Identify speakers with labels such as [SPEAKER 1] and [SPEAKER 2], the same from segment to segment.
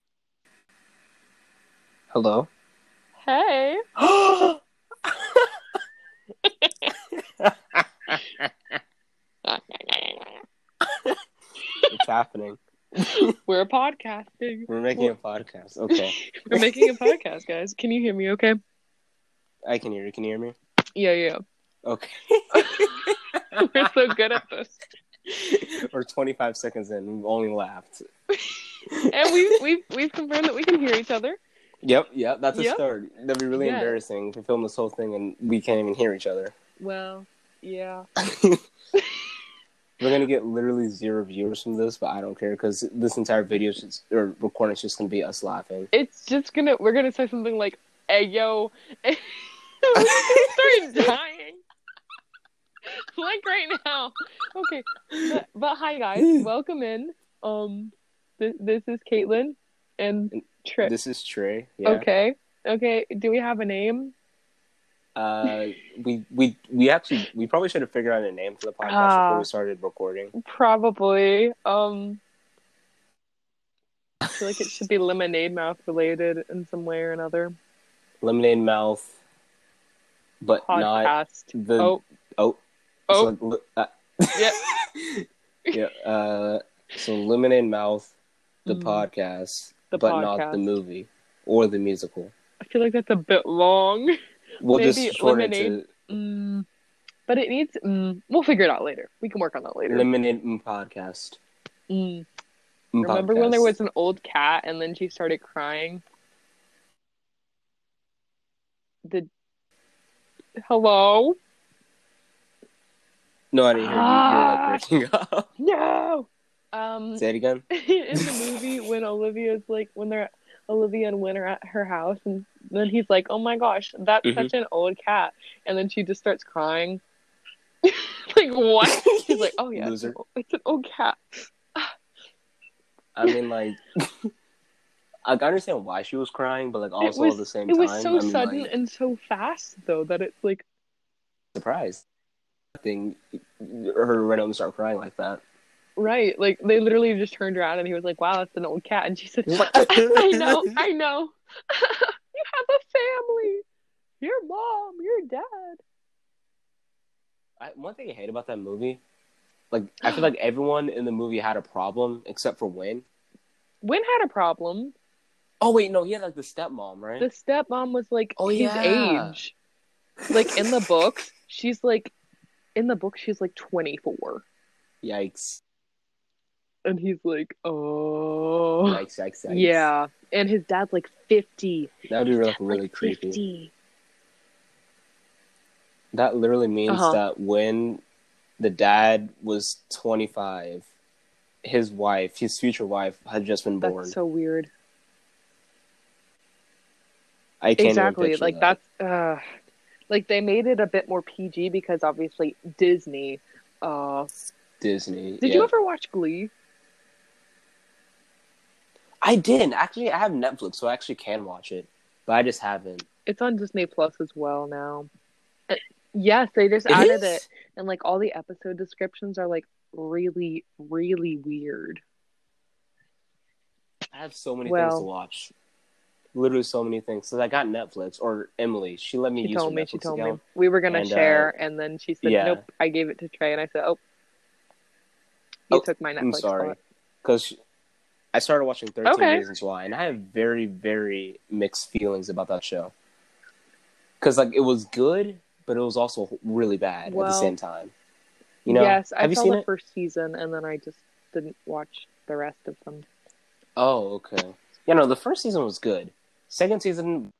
[SPEAKER 1] Hello.
[SPEAKER 2] Hey.
[SPEAKER 1] It's happening.
[SPEAKER 2] We're podcasting.
[SPEAKER 1] We're making a podcast. Okay.
[SPEAKER 2] We're making a podcast, guys. Can you hear me okay?
[SPEAKER 1] I can hear you. Can you hear me?
[SPEAKER 2] Yeah, yeah.
[SPEAKER 1] Okay.
[SPEAKER 2] We're so good at this.
[SPEAKER 1] We're 25 seconds in. We've only laughed.
[SPEAKER 2] And we we've we've confirmed that we can hear each other.
[SPEAKER 1] Yep. Yep. That's a
[SPEAKER 2] Yep.
[SPEAKER 1] start. That'd be really
[SPEAKER 2] Yeah.
[SPEAKER 1] embarrassing if we film this whole thing and we can't even hear each other.
[SPEAKER 2] Well, yeah.
[SPEAKER 1] We're gonna get literally zero viewers from this, but I don't care because this entire video is just, or recording is just gonna be us laughing.
[SPEAKER 2] It's just gonna we're gonna say something like, hey yo and we're gonna start dying. like right now. Okay. But, but hi guys, welcome in. Um this this is Caitlin and Trip.
[SPEAKER 1] This is Trey. Yeah.
[SPEAKER 2] Okay. Okay. Do we have a name?
[SPEAKER 1] Uh, we we we actually we probably should have figured out a name for the podcast
[SPEAKER 2] Ah.
[SPEAKER 1] before we started recording.
[SPEAKER 2] Probably. Um I feel like it should be lemonade mouth related in some way or another.
[SPEAKER 1] Lemonade mouth, but not
[SPEAKER 2] Podcast.
[SPEAKER 1] the
[SPEAKER 2] oh,
[SPEAKER 1] oh
[SPEAKER 2] oh,
[SPEAKER 1] So, li- uh,
[SPEAKER 2] yeah.
[SPEAKER 1] yeah. Uh, so lemonade mouth, the
[SPEAKER 2] Mhm.
[SPEAKER 1] podcast,
[SPEAKER 2] The
[SPEAKER 1] but not
[SPEAKER 2] podcast.
[SPEAKER 1] the movie or the musical.
[SPEAKER 2] I feel like that's a bit long.
[SPEAKER 1] We'll
[SPEAKER 2] Maybe
[SPEAKER 1] just shorten it
[SPEAKER 2] lemonade- Mm, but it needs. Mm, we'll figure it out later. We can work on that
[SPEAKER 1] to
[SPEAKER 2] later.
[SPEAKER 1] lemonade M podcast.
[SPEAKER 2] Mm.
[SPEAKER 1] M
[SPEAKER 2] Remember when there
[SPEAKER 1] podcast.
[SPEAKER 2] was an old cat and then she started crying? The. Hello?
[SPEAKER 1] no? I didn't hear you.
[SPEAKER 2] Ah.
[SPEAKER 1] You're like breaking up.
[SPEAKER 2] No! Um,
[SPEAKER 1] Say it again.
[SPEAKER 2] in the movie when Olivia's like when they're Olivia and Win are at her house and then he's like, Oh my gosh, that's
[SPEAKER 1] Mhm.
[SPEAKER 2] such an old cat and then she just starts crying. like what? She's like, Oh yeah, it's
[SPEAKER 1] Loser.
[SPEAKER 2] an, o- it's an old cat.
[SPEAKER 1] I mean, like, I can understand why she was crying, but like also
[SPEAKER 2] was-
[SPEAKER 1] at the same
[SPEAKER 2] It
[SPEAKER 1] time,
[SPEAKER 2] was so
[SPEAKER 1] I mean,
[SPEAKER 2] sudden
[SPEAKER 1] like,
[SPEAKER 2] and so fast though that it's like
[SPEAKER 1] surprised. Thing, her randomly start crying like that.
[SPEAKER 2] right, like they literally just turned around and he was like, Wow, that's an old cat and she said, I know, I know. you have a family. Your mom, your dad.
[SPEAKER 1] I, one thing I hate about that movie, like I feel like everyone in the movie had a problem except for Wayne.
[SPEAKER 2] Win had a problem.
[SPEAKER 1] Oh wait, no, he had like the stepmom, right?
[SPEAKER 2] the stepmom was like
[SPEAKER 1] Oh,
[SPEAKER 2] his
[SPEAKER 1] yeah.
[SPEAKER 2] age. Like in the books, she's like in the book she's like 24
[SPEAKER 1] Yikes!
[SPEAKER 2] and he's like, "Oh."
[SPEAKER 1] Yikes! Yikes! Yikes!
[SPEAKER 2] Yeah. And his dad's like 50.
[SPEAKER 1] that would be like really
[SPEAKER 2] like
[SPEAKER 1] creepy.
[SPEAKER 2] 50.
[SPEAKER 1] That literally means
[SPEAKER 2] Uh-huh.
[SPEAKER 1] that when the dad was twenty five, his wife, his future wife, had just been
[SPEAKER 2] That's
[SPEAKER 1] born.
[SPEAKER 2] so weird.
[SPEAKER 1] I can't
[SPEAKER 2] exactly.
[SPEAKER 1] Even picture
[SPEAKER 2] Like
[SPEAKER 1] that.
[SPEAKER 2] that's uh like they made it a bit more PG because obviously Disney uh
[SPEAKER 1] Disney.
[SPEAKER 2] Did
[SPEAKER 1] yeah.
[SPEAKER 2] you ever watch Glee?
[SPEAKER 1] I didn't actually. I have Netflix, so I actually can watch it, but I just haven't.
[SPEAKER 2] It's on Disney Plus as well now. Uh, Yes, they just
[SPEAKER 1] It is?
[SPEAKER 2] added it. and like all the episode descriptions are like really really weird
[SPEAKER 1] I have so many
[SPEAKER 2] Well.
[SPEAKER 1] things to watch. Literally, so many things. Since I got Netflix or Emily, she let me
[SPEAKER 2] she
[SPEAKER 1] use
[SPEAKER 2] told
[SPEAKER 1] her
[SPEAKER 2] me
[SPEAKER 1] Netflix
[SPEAKER 2] she told
[SPEAKER 1] account.
[SPEAKER 2] me we were gonna
[SPEAKER 1] And, uh,
[SPEAKER 2] share and then she said
[SPEAKER 1] yeah.
[SPEAKER 2] nope i gave it to trey and i said oh you
[SPEAKER 1] Oh,
[SPEAKER 2] took my netflix
[SPEAKER 1] I'm sorry
[SPEAKER 2] spot."
[SPEAKER 1] because I started watching Thirteen
[SPEAKER 2] Okay.
[SPEAKER 1] Reasons Why, and I have very, very mixed feelings about that show. Because like it was good, but it was also really bad at
[SPEAKER 2] Well,
[SPEAKER 1] the same time. You know?
[SPEAKER 2] yes i
[SPEAKER 1] have you
[SPEAKER 2] saw
[SPEAKER 1] seen
[SPEAKER 2] the
[SPEAKER 1] it?
[SPEAKER 2] first season and then i just didn't watch the rest of them
[SPEAKER 1] Oh, okay. Yeah, no, the first season was good. Second season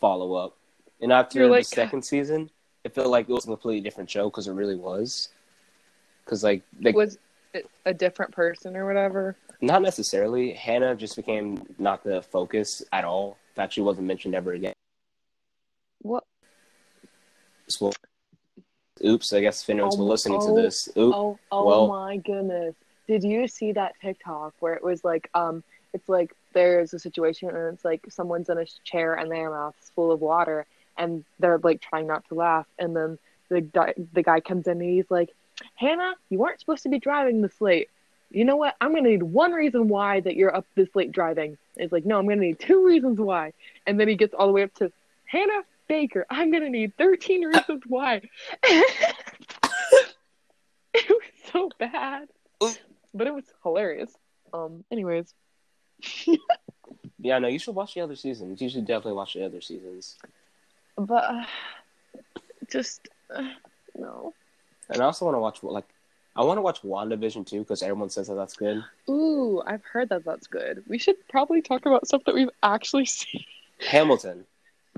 [SPEAKER 1] follow up, and after
[SPEAKER 2] You're like-
[SPEAKER 1] the second season, it felt like it was a completely different show because it really was. Because like, like
[SPEAKER 2] was it a different person or whatever
[SPEAKER 1] not necessarily, Hannah just became not the focus at all. In fact, she wasn't mentioned ever again.
[SPEAKER 2] what
[SPEAKER 1] Well, Oops, I guess if anyone's
[SPEAKER 2] Oh,
[SPEAKER 1] been listening
[SPEAKER 2] oh,
[SPEAKER 1] to this, oop,
[SPEAKER 2] Oh, oh
[SPEAKER 1] Well-
[SPEAKER 2] my goodness. Did you see that TikTok where it was like, um, it's like there's a situation and it's like someone's in a chair and their mouth's full of water and they're like trying not to laugh and then the guy, the guy comes in and he's like, Hannah, you weren't supposed to be driving this late. you know what? I'm gonna need one reason why that you're up this late driving. And it's like, no, I'm gonna need two reasons why. And then he gets all the way up to Hannah Baker. I'm gonna need 13 reasons why. it was so bad, but it was hilarious. Um, anyways,
[SPEAKER 1] Yeah, no, you should watch the other seasons. You should definitely watch the other seasons.
[SPEAKER 2] but uh, just uh, no.
[SPEAKER 1] And I also want to watch like I want to watch WandaVision too because everyone says that that's good.
[SPEAKER 2] Ooh, I've heard that that's good. We should probably talk about stuff that we've actually seen.
[SPEAKER 1] Hamilton.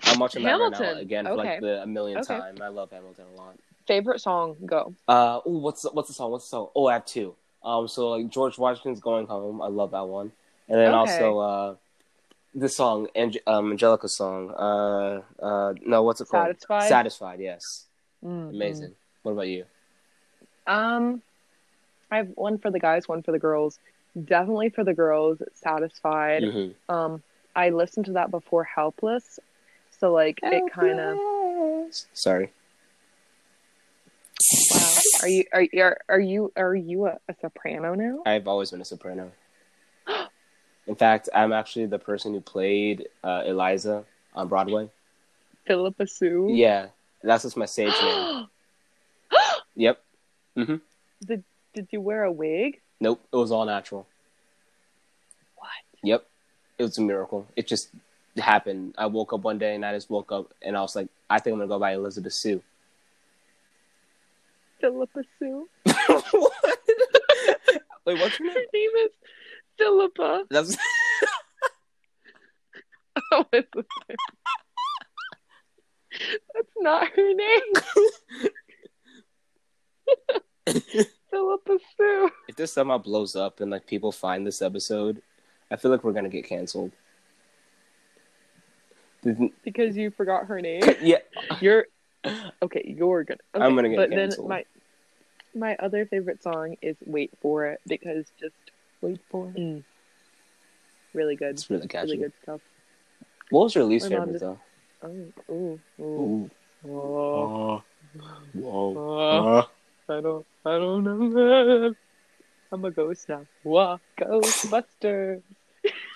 [SPEAKER 1] I'm watching that right
[SPEAKER 2] Hamilton.
[SPEAKER 1] now again for
[SPEAKER 2] Okay.
[SPEAKER 1] like the a million
[SPEAKER 2] Okay.
[SPEAKER 1] time. I love Hamilton a lot.
[SPEAKER 2] Favorite song? Go.
[SPEAKER 1] Uh, ooh, what's the, what's the song? What's the song? Oh, I have two. Um, so like George Washington's going home. I love that one. And then
[SPEAKER 2] Okay.
[SPEAKER 1] also uh, this song, Ange- um, Angelica's song. Uh, uh, no, what's it called?
[SPEAKER 2] Satisfied?
[SPEAKER 1] Satisfied. Yes.
[SPEAKER 2] Mm,
[SPEAKER 1] Amazing. What about you?
[SPEAKER 2] Um, I have one for the guys, one for the girls. Definitely for the girls. It's Satisfied.
[SPEAKER 1] Mhm.
[SPEAKER 2] Um, I listened to that before Helpless, so like it kind of.
[SPEAKER 1] Sorry.
[SPEAKER 2] Wow. Are you are you- are, are you are you a, a soprano now?
[SPEAKER 1] I've always been a soprano. In fact, I'm actually the person who played uh, Eliza on Broadway.
[SPEAKER 2] Philippa Sue.
[SPEAKER 1] Yeah, that's just my stage name. Yep.
[SPEAKER 2] Did you wear a wig?
[SPEAKER 1] Nope. It was all natural.
[SPEAKER 2] What?
[SPEAKER 1] Yep. It was a miracle. It just happened. I woke up one day and I just woke up and I was like, I think I'm gonna go by Elizabeth Sue.
[SPEAKER 2] Philippa Sue.
[SPEAKER 1] what? Wait, what's your
[SPEAKER 2] Her
[SPEAKER 1] name?
[SPEAKER 2] name is Philippa.
[SPEAKER 1] That's
[SPEAKER 2] Oh, it's the same. That's not her name. Philippa Sue.
[SPEAKER 1] if this somehow blows up and like people find this episode, I feel like we're gonna get canceled. Didn't-
[SPEAKER 2] Because you forgot her name.
[SPEAKER 1] Yeah,
[SPEAKER 2] You're okay. You're gonna. Okay,
[SPEAKER 1] I'm gonna get
[SPEAKER 2] But
[SPEAKER 1] canceled.
[SPEAKER 2] then my my other favorite song is "Wait for It" because just
[SPEAKER 1] wait for it.
[SPEAKER 2] mm, really good,
[SPEAKER 1] It's really catchy.
[SPEAKER 2] really good stuff.
[SPEAKER 1] What was your least
[SPEAKER 2] My mom
[SPEAKER 1] favorite
[SPEAKER 2] just-
[SPEAKER 1] though?
[SPEAKER 2] Oh, ooh, ooh.
[SPEAKER 1] Ooh. Oh.
[SPEAKER 2] Oh,
[SPEAKER 1] Whoa. uh.
[SPEAKER 2] oh, I don't, I don't know. I'm a ghost now. Wah, Ghostbusters.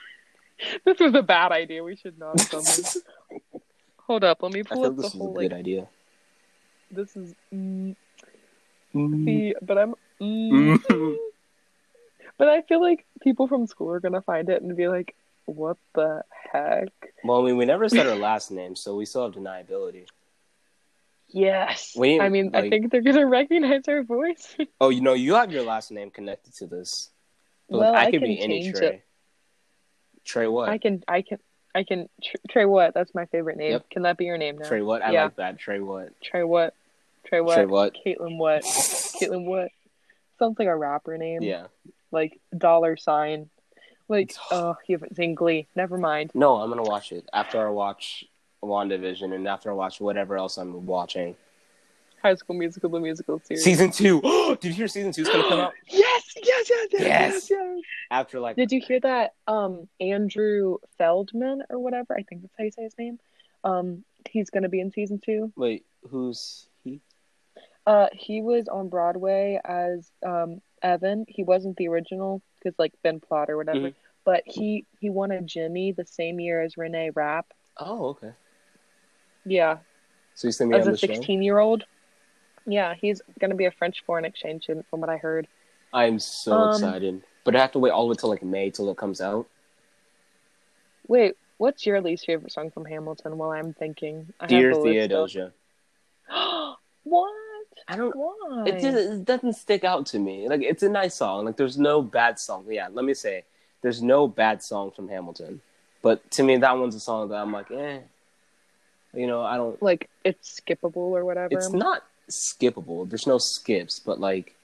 [SPEAKER 2] this was a bad idea. We should not have done this. Hold up, let me
[SPEAKER 1] I
[SPEAKER 2] pull
[SPEAKER 1] feel
[SPEAKER 2] up
[SPEAKER 1] this
[SPEAKER 2] the
[SPEAKER 1] is a
[SPEAKER 2] whole
[SPEAKER 1] good
[SPEAKER 2] like.
[SPEAKER 1] idea.
[SPEAKER 2] This is. Mm, See, but I'm.
[SPEAKER 1] Mm.
[SPEAKER 2] but I feel like people from school are gonna find it and be like, "What the heck?"
[SPEAKER 1] Well, I mean, we never said her last name, so we still have deniability.
[SPEAKER 2] Yes.
[SPEAKER 1] We-
[SPEAKER 2] I mean, I
[SPEAKER 1] like-
[SPEAKER 2] think they're gonna recognize our voice.
[SPEAKER 1] Oh, you know, you have your last name connected to this. But
[SPEAKER 2] Well,
[SPEAKER 1] I,
[SPEAKER 2] I
[SPEAKER 1] could
[SPEAKER 2] can
[SPEAKER 1] be any
[SPEAKER 2] change
[SPEAKER 1] Trey.
[SPEAKER 2] it.
[SPEAKER 1] Trey what?
[SPEAKER 2] I can, I can, I can. Tr- Trey, what? That's my favorite name.
[SPEAKER 1] Yep.
[SPEAKER 2] Can that be your name now?
[SPEAKER 1] Trey what? I
[SPEAKER 2] Yeah.
[SPEAKER 1] like that. Trey what?
[SPEAKER 2] Trey, what? Trey, what?
[SPEAKER 1] Trey what?
[SPEAKER 2] Caitlin, what? Caitlin, what? Sounds like a rapper name.
[SPEAKER 1] Yeah.
[SPEAKER 2] Like dollar sign. Like, oh, you haven't seen Glee. Never mind.
[SPEAKER 1] No, I'm gonna watch it after I watch WandaVision and after I watch whatever else I'm watching.
[SPEAKER 2] High School Musical, the musical series.
[SPEAKER 1] Season two. Did you hear season two's gonna come out?
[SPEAKER 2] Yes, yes, yes, yes, yes,
[SPEAKER 1] Yes.
[SPEAKER 2] yes.
[SPEAKER 1] After like
[SPEAKER 2] Did you hear that? Um, Andrew Feldman or whatever. I think that's how you say his name. Um, he's gonna be in season two.
[SPEAKER 1] wait, who's he?
[SPEAKER 2] Uh, he was on Broadway as um Evan. He wasn't the original because like Ben Platt or whatever.
[SPEAKER 1] Mhm.
[SPEAKER 2] But he he won a Jimmy the same year as Renee Rapp.
[SPEAKER 1] Oh, okay.
[SPEAKER 2] Yeah,
[SPEAKER 1] So he's gonna be
[SPEAKER 2] as
[SPEAKER 1] on
[SPEAKER 2] a
[SPEAKER 1] the show.
[SPEAKER 2] sixteen year old. Yeah, he's gonna be a French foreign exchange student from what I heard.
[SPEAKER 1] I'm so
[SPEAKER 2] Um,
[SPEAKER 1] excited. But I have to wait all the way till like May till it comes out.
[SPEAKER 2] Wait, what's your least favorite song from Hamilton? While I'm thinking, I have
[SPEAKER 1] Dear
[SPEAKER 2] a list of-
[SPEAKER 1] Theodosia.
[SPEAKER 2] what?
[SPEAKER 1] I don't
[SPEAKER 2] Why?
[SPEAKER 1] it just it doesn't stick out to me. Like it's a nice song. Like there's no bad song. Yeah, let me say there's no bad song from Hamilton. But to me that one's a song that I'm like, eh. You know, I don't
[SPEAKER 2] like it's skippable or whatever.
[SPEAKER 1] it's not skippable. There's no skips, but like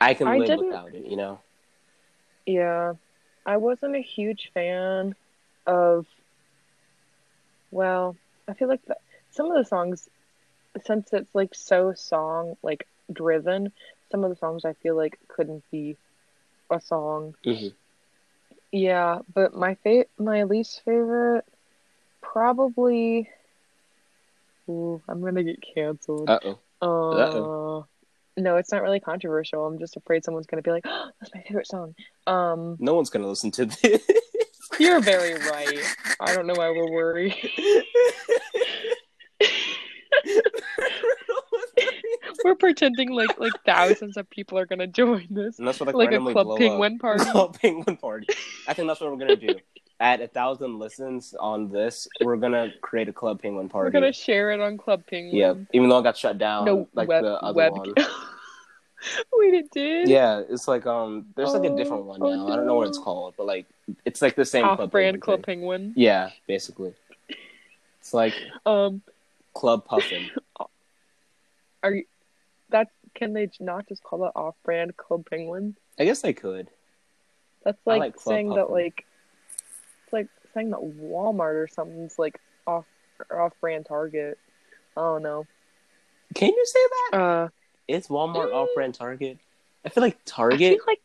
[SPEAKER 1] I can
[SPEAKER 2] I
[SPEAKER 1] live
[SPEAKER 2] didn't-
[SPEAKER 1] without it, you know?
[SPEAKER 2] yeah, I wasn't a huge fan of. Well, I feel like the, some of the songs, since it's like so song like driven, some of the songs I feel like couldn't be a song.
[SPEAKER 1] Mhm.
[SPEAKER 2] Yeah, but my fa- my least favorite, probably. Ooh, I'm gonna get canceled.
[SPEAKER 1] Uh oh.
[SPEAKER 2] Uh, No, it's not really controversial. I'm just afraid someone's gonna be like, oh, "That's my favorite song." Um,
[SPEAKER 1] No one's gonna listen to this.
[SPEAKER 2] you're very right. I don't know why we're worried. we're pretending like like thousands of people are gonna join this,
[SPEAKER 1] and that's what like,
[SPEAKER 2] like a
[SPEAKER 1] randomly blow
[SPEAKER 2] club
[SPEAKER 1] up.
[SPEAKER 2] penguin party.
[SPEAKER 1] Club penguin party. I think that's what we're gonna do. At a thousand listens on this, we're gonna create a club penguin
[SPEAKER 2] We're
[SPEAKER 1] party.
[SPEAKER 2] gonna share it on Club Penguin.
[SPEAKER 1] Yeah, even though I got shut down,
[SPEAKER 2] No
[SPEAKER 1] like
[SPEAKER 2] web.
[SPEAKER 1] the other
[SPEAKER 2] web...
[SPEAKER 1] one.
[SPEAKER 2] Wait, it did.
[SPEAKER 1] Yeah, it's like um, there's like
[SPEAKER 2] Oh,
[SPEAKER 1] a different one now.
[SPEAKER 2] oh
[SPEAKER 1] I don't know what
[SPEAKER 2] no.
[SPEAKER 1] it's called, but like it's like the same club
[SPEAKER 2] Off-brand
[SPEAKER 1] penguin
[SPEAKER 2] Club
[SPEAKER 1] thing.
[SPEAKER 2] Penguin.
[SPEAKER 1] Yeah, basically, it's like
[SPEAKER 2] Um,
[SPEAKER 1] club puffin.
[SPEAKER 2] that can they not just call that off-brand Club Penguin?
[SPEAKER 1] I guess I could.
[SPEAKER 2] That's
[SPEAKER 1] I
[SPEAKER 2] like,
[SPEAKER 1] like Club
[SPEAKER 2] saying that
[SPEAKER 1] Penguin.
[SPEAKER 2] like it's like saying that Walmart or something's like off or off-brand Target. I don't know.
[SPEAKER 1] Can you say that?
[SPEAKER 2] Uh,
[SPEAKER 1] Is Walmart
[SPEAKER 2] Mm.
[SPEAKER 1] off-brand Target? I feel like
[SPEAKER 2] I
[SPEAKER 1] Target.
[SPEAKER 2] feel like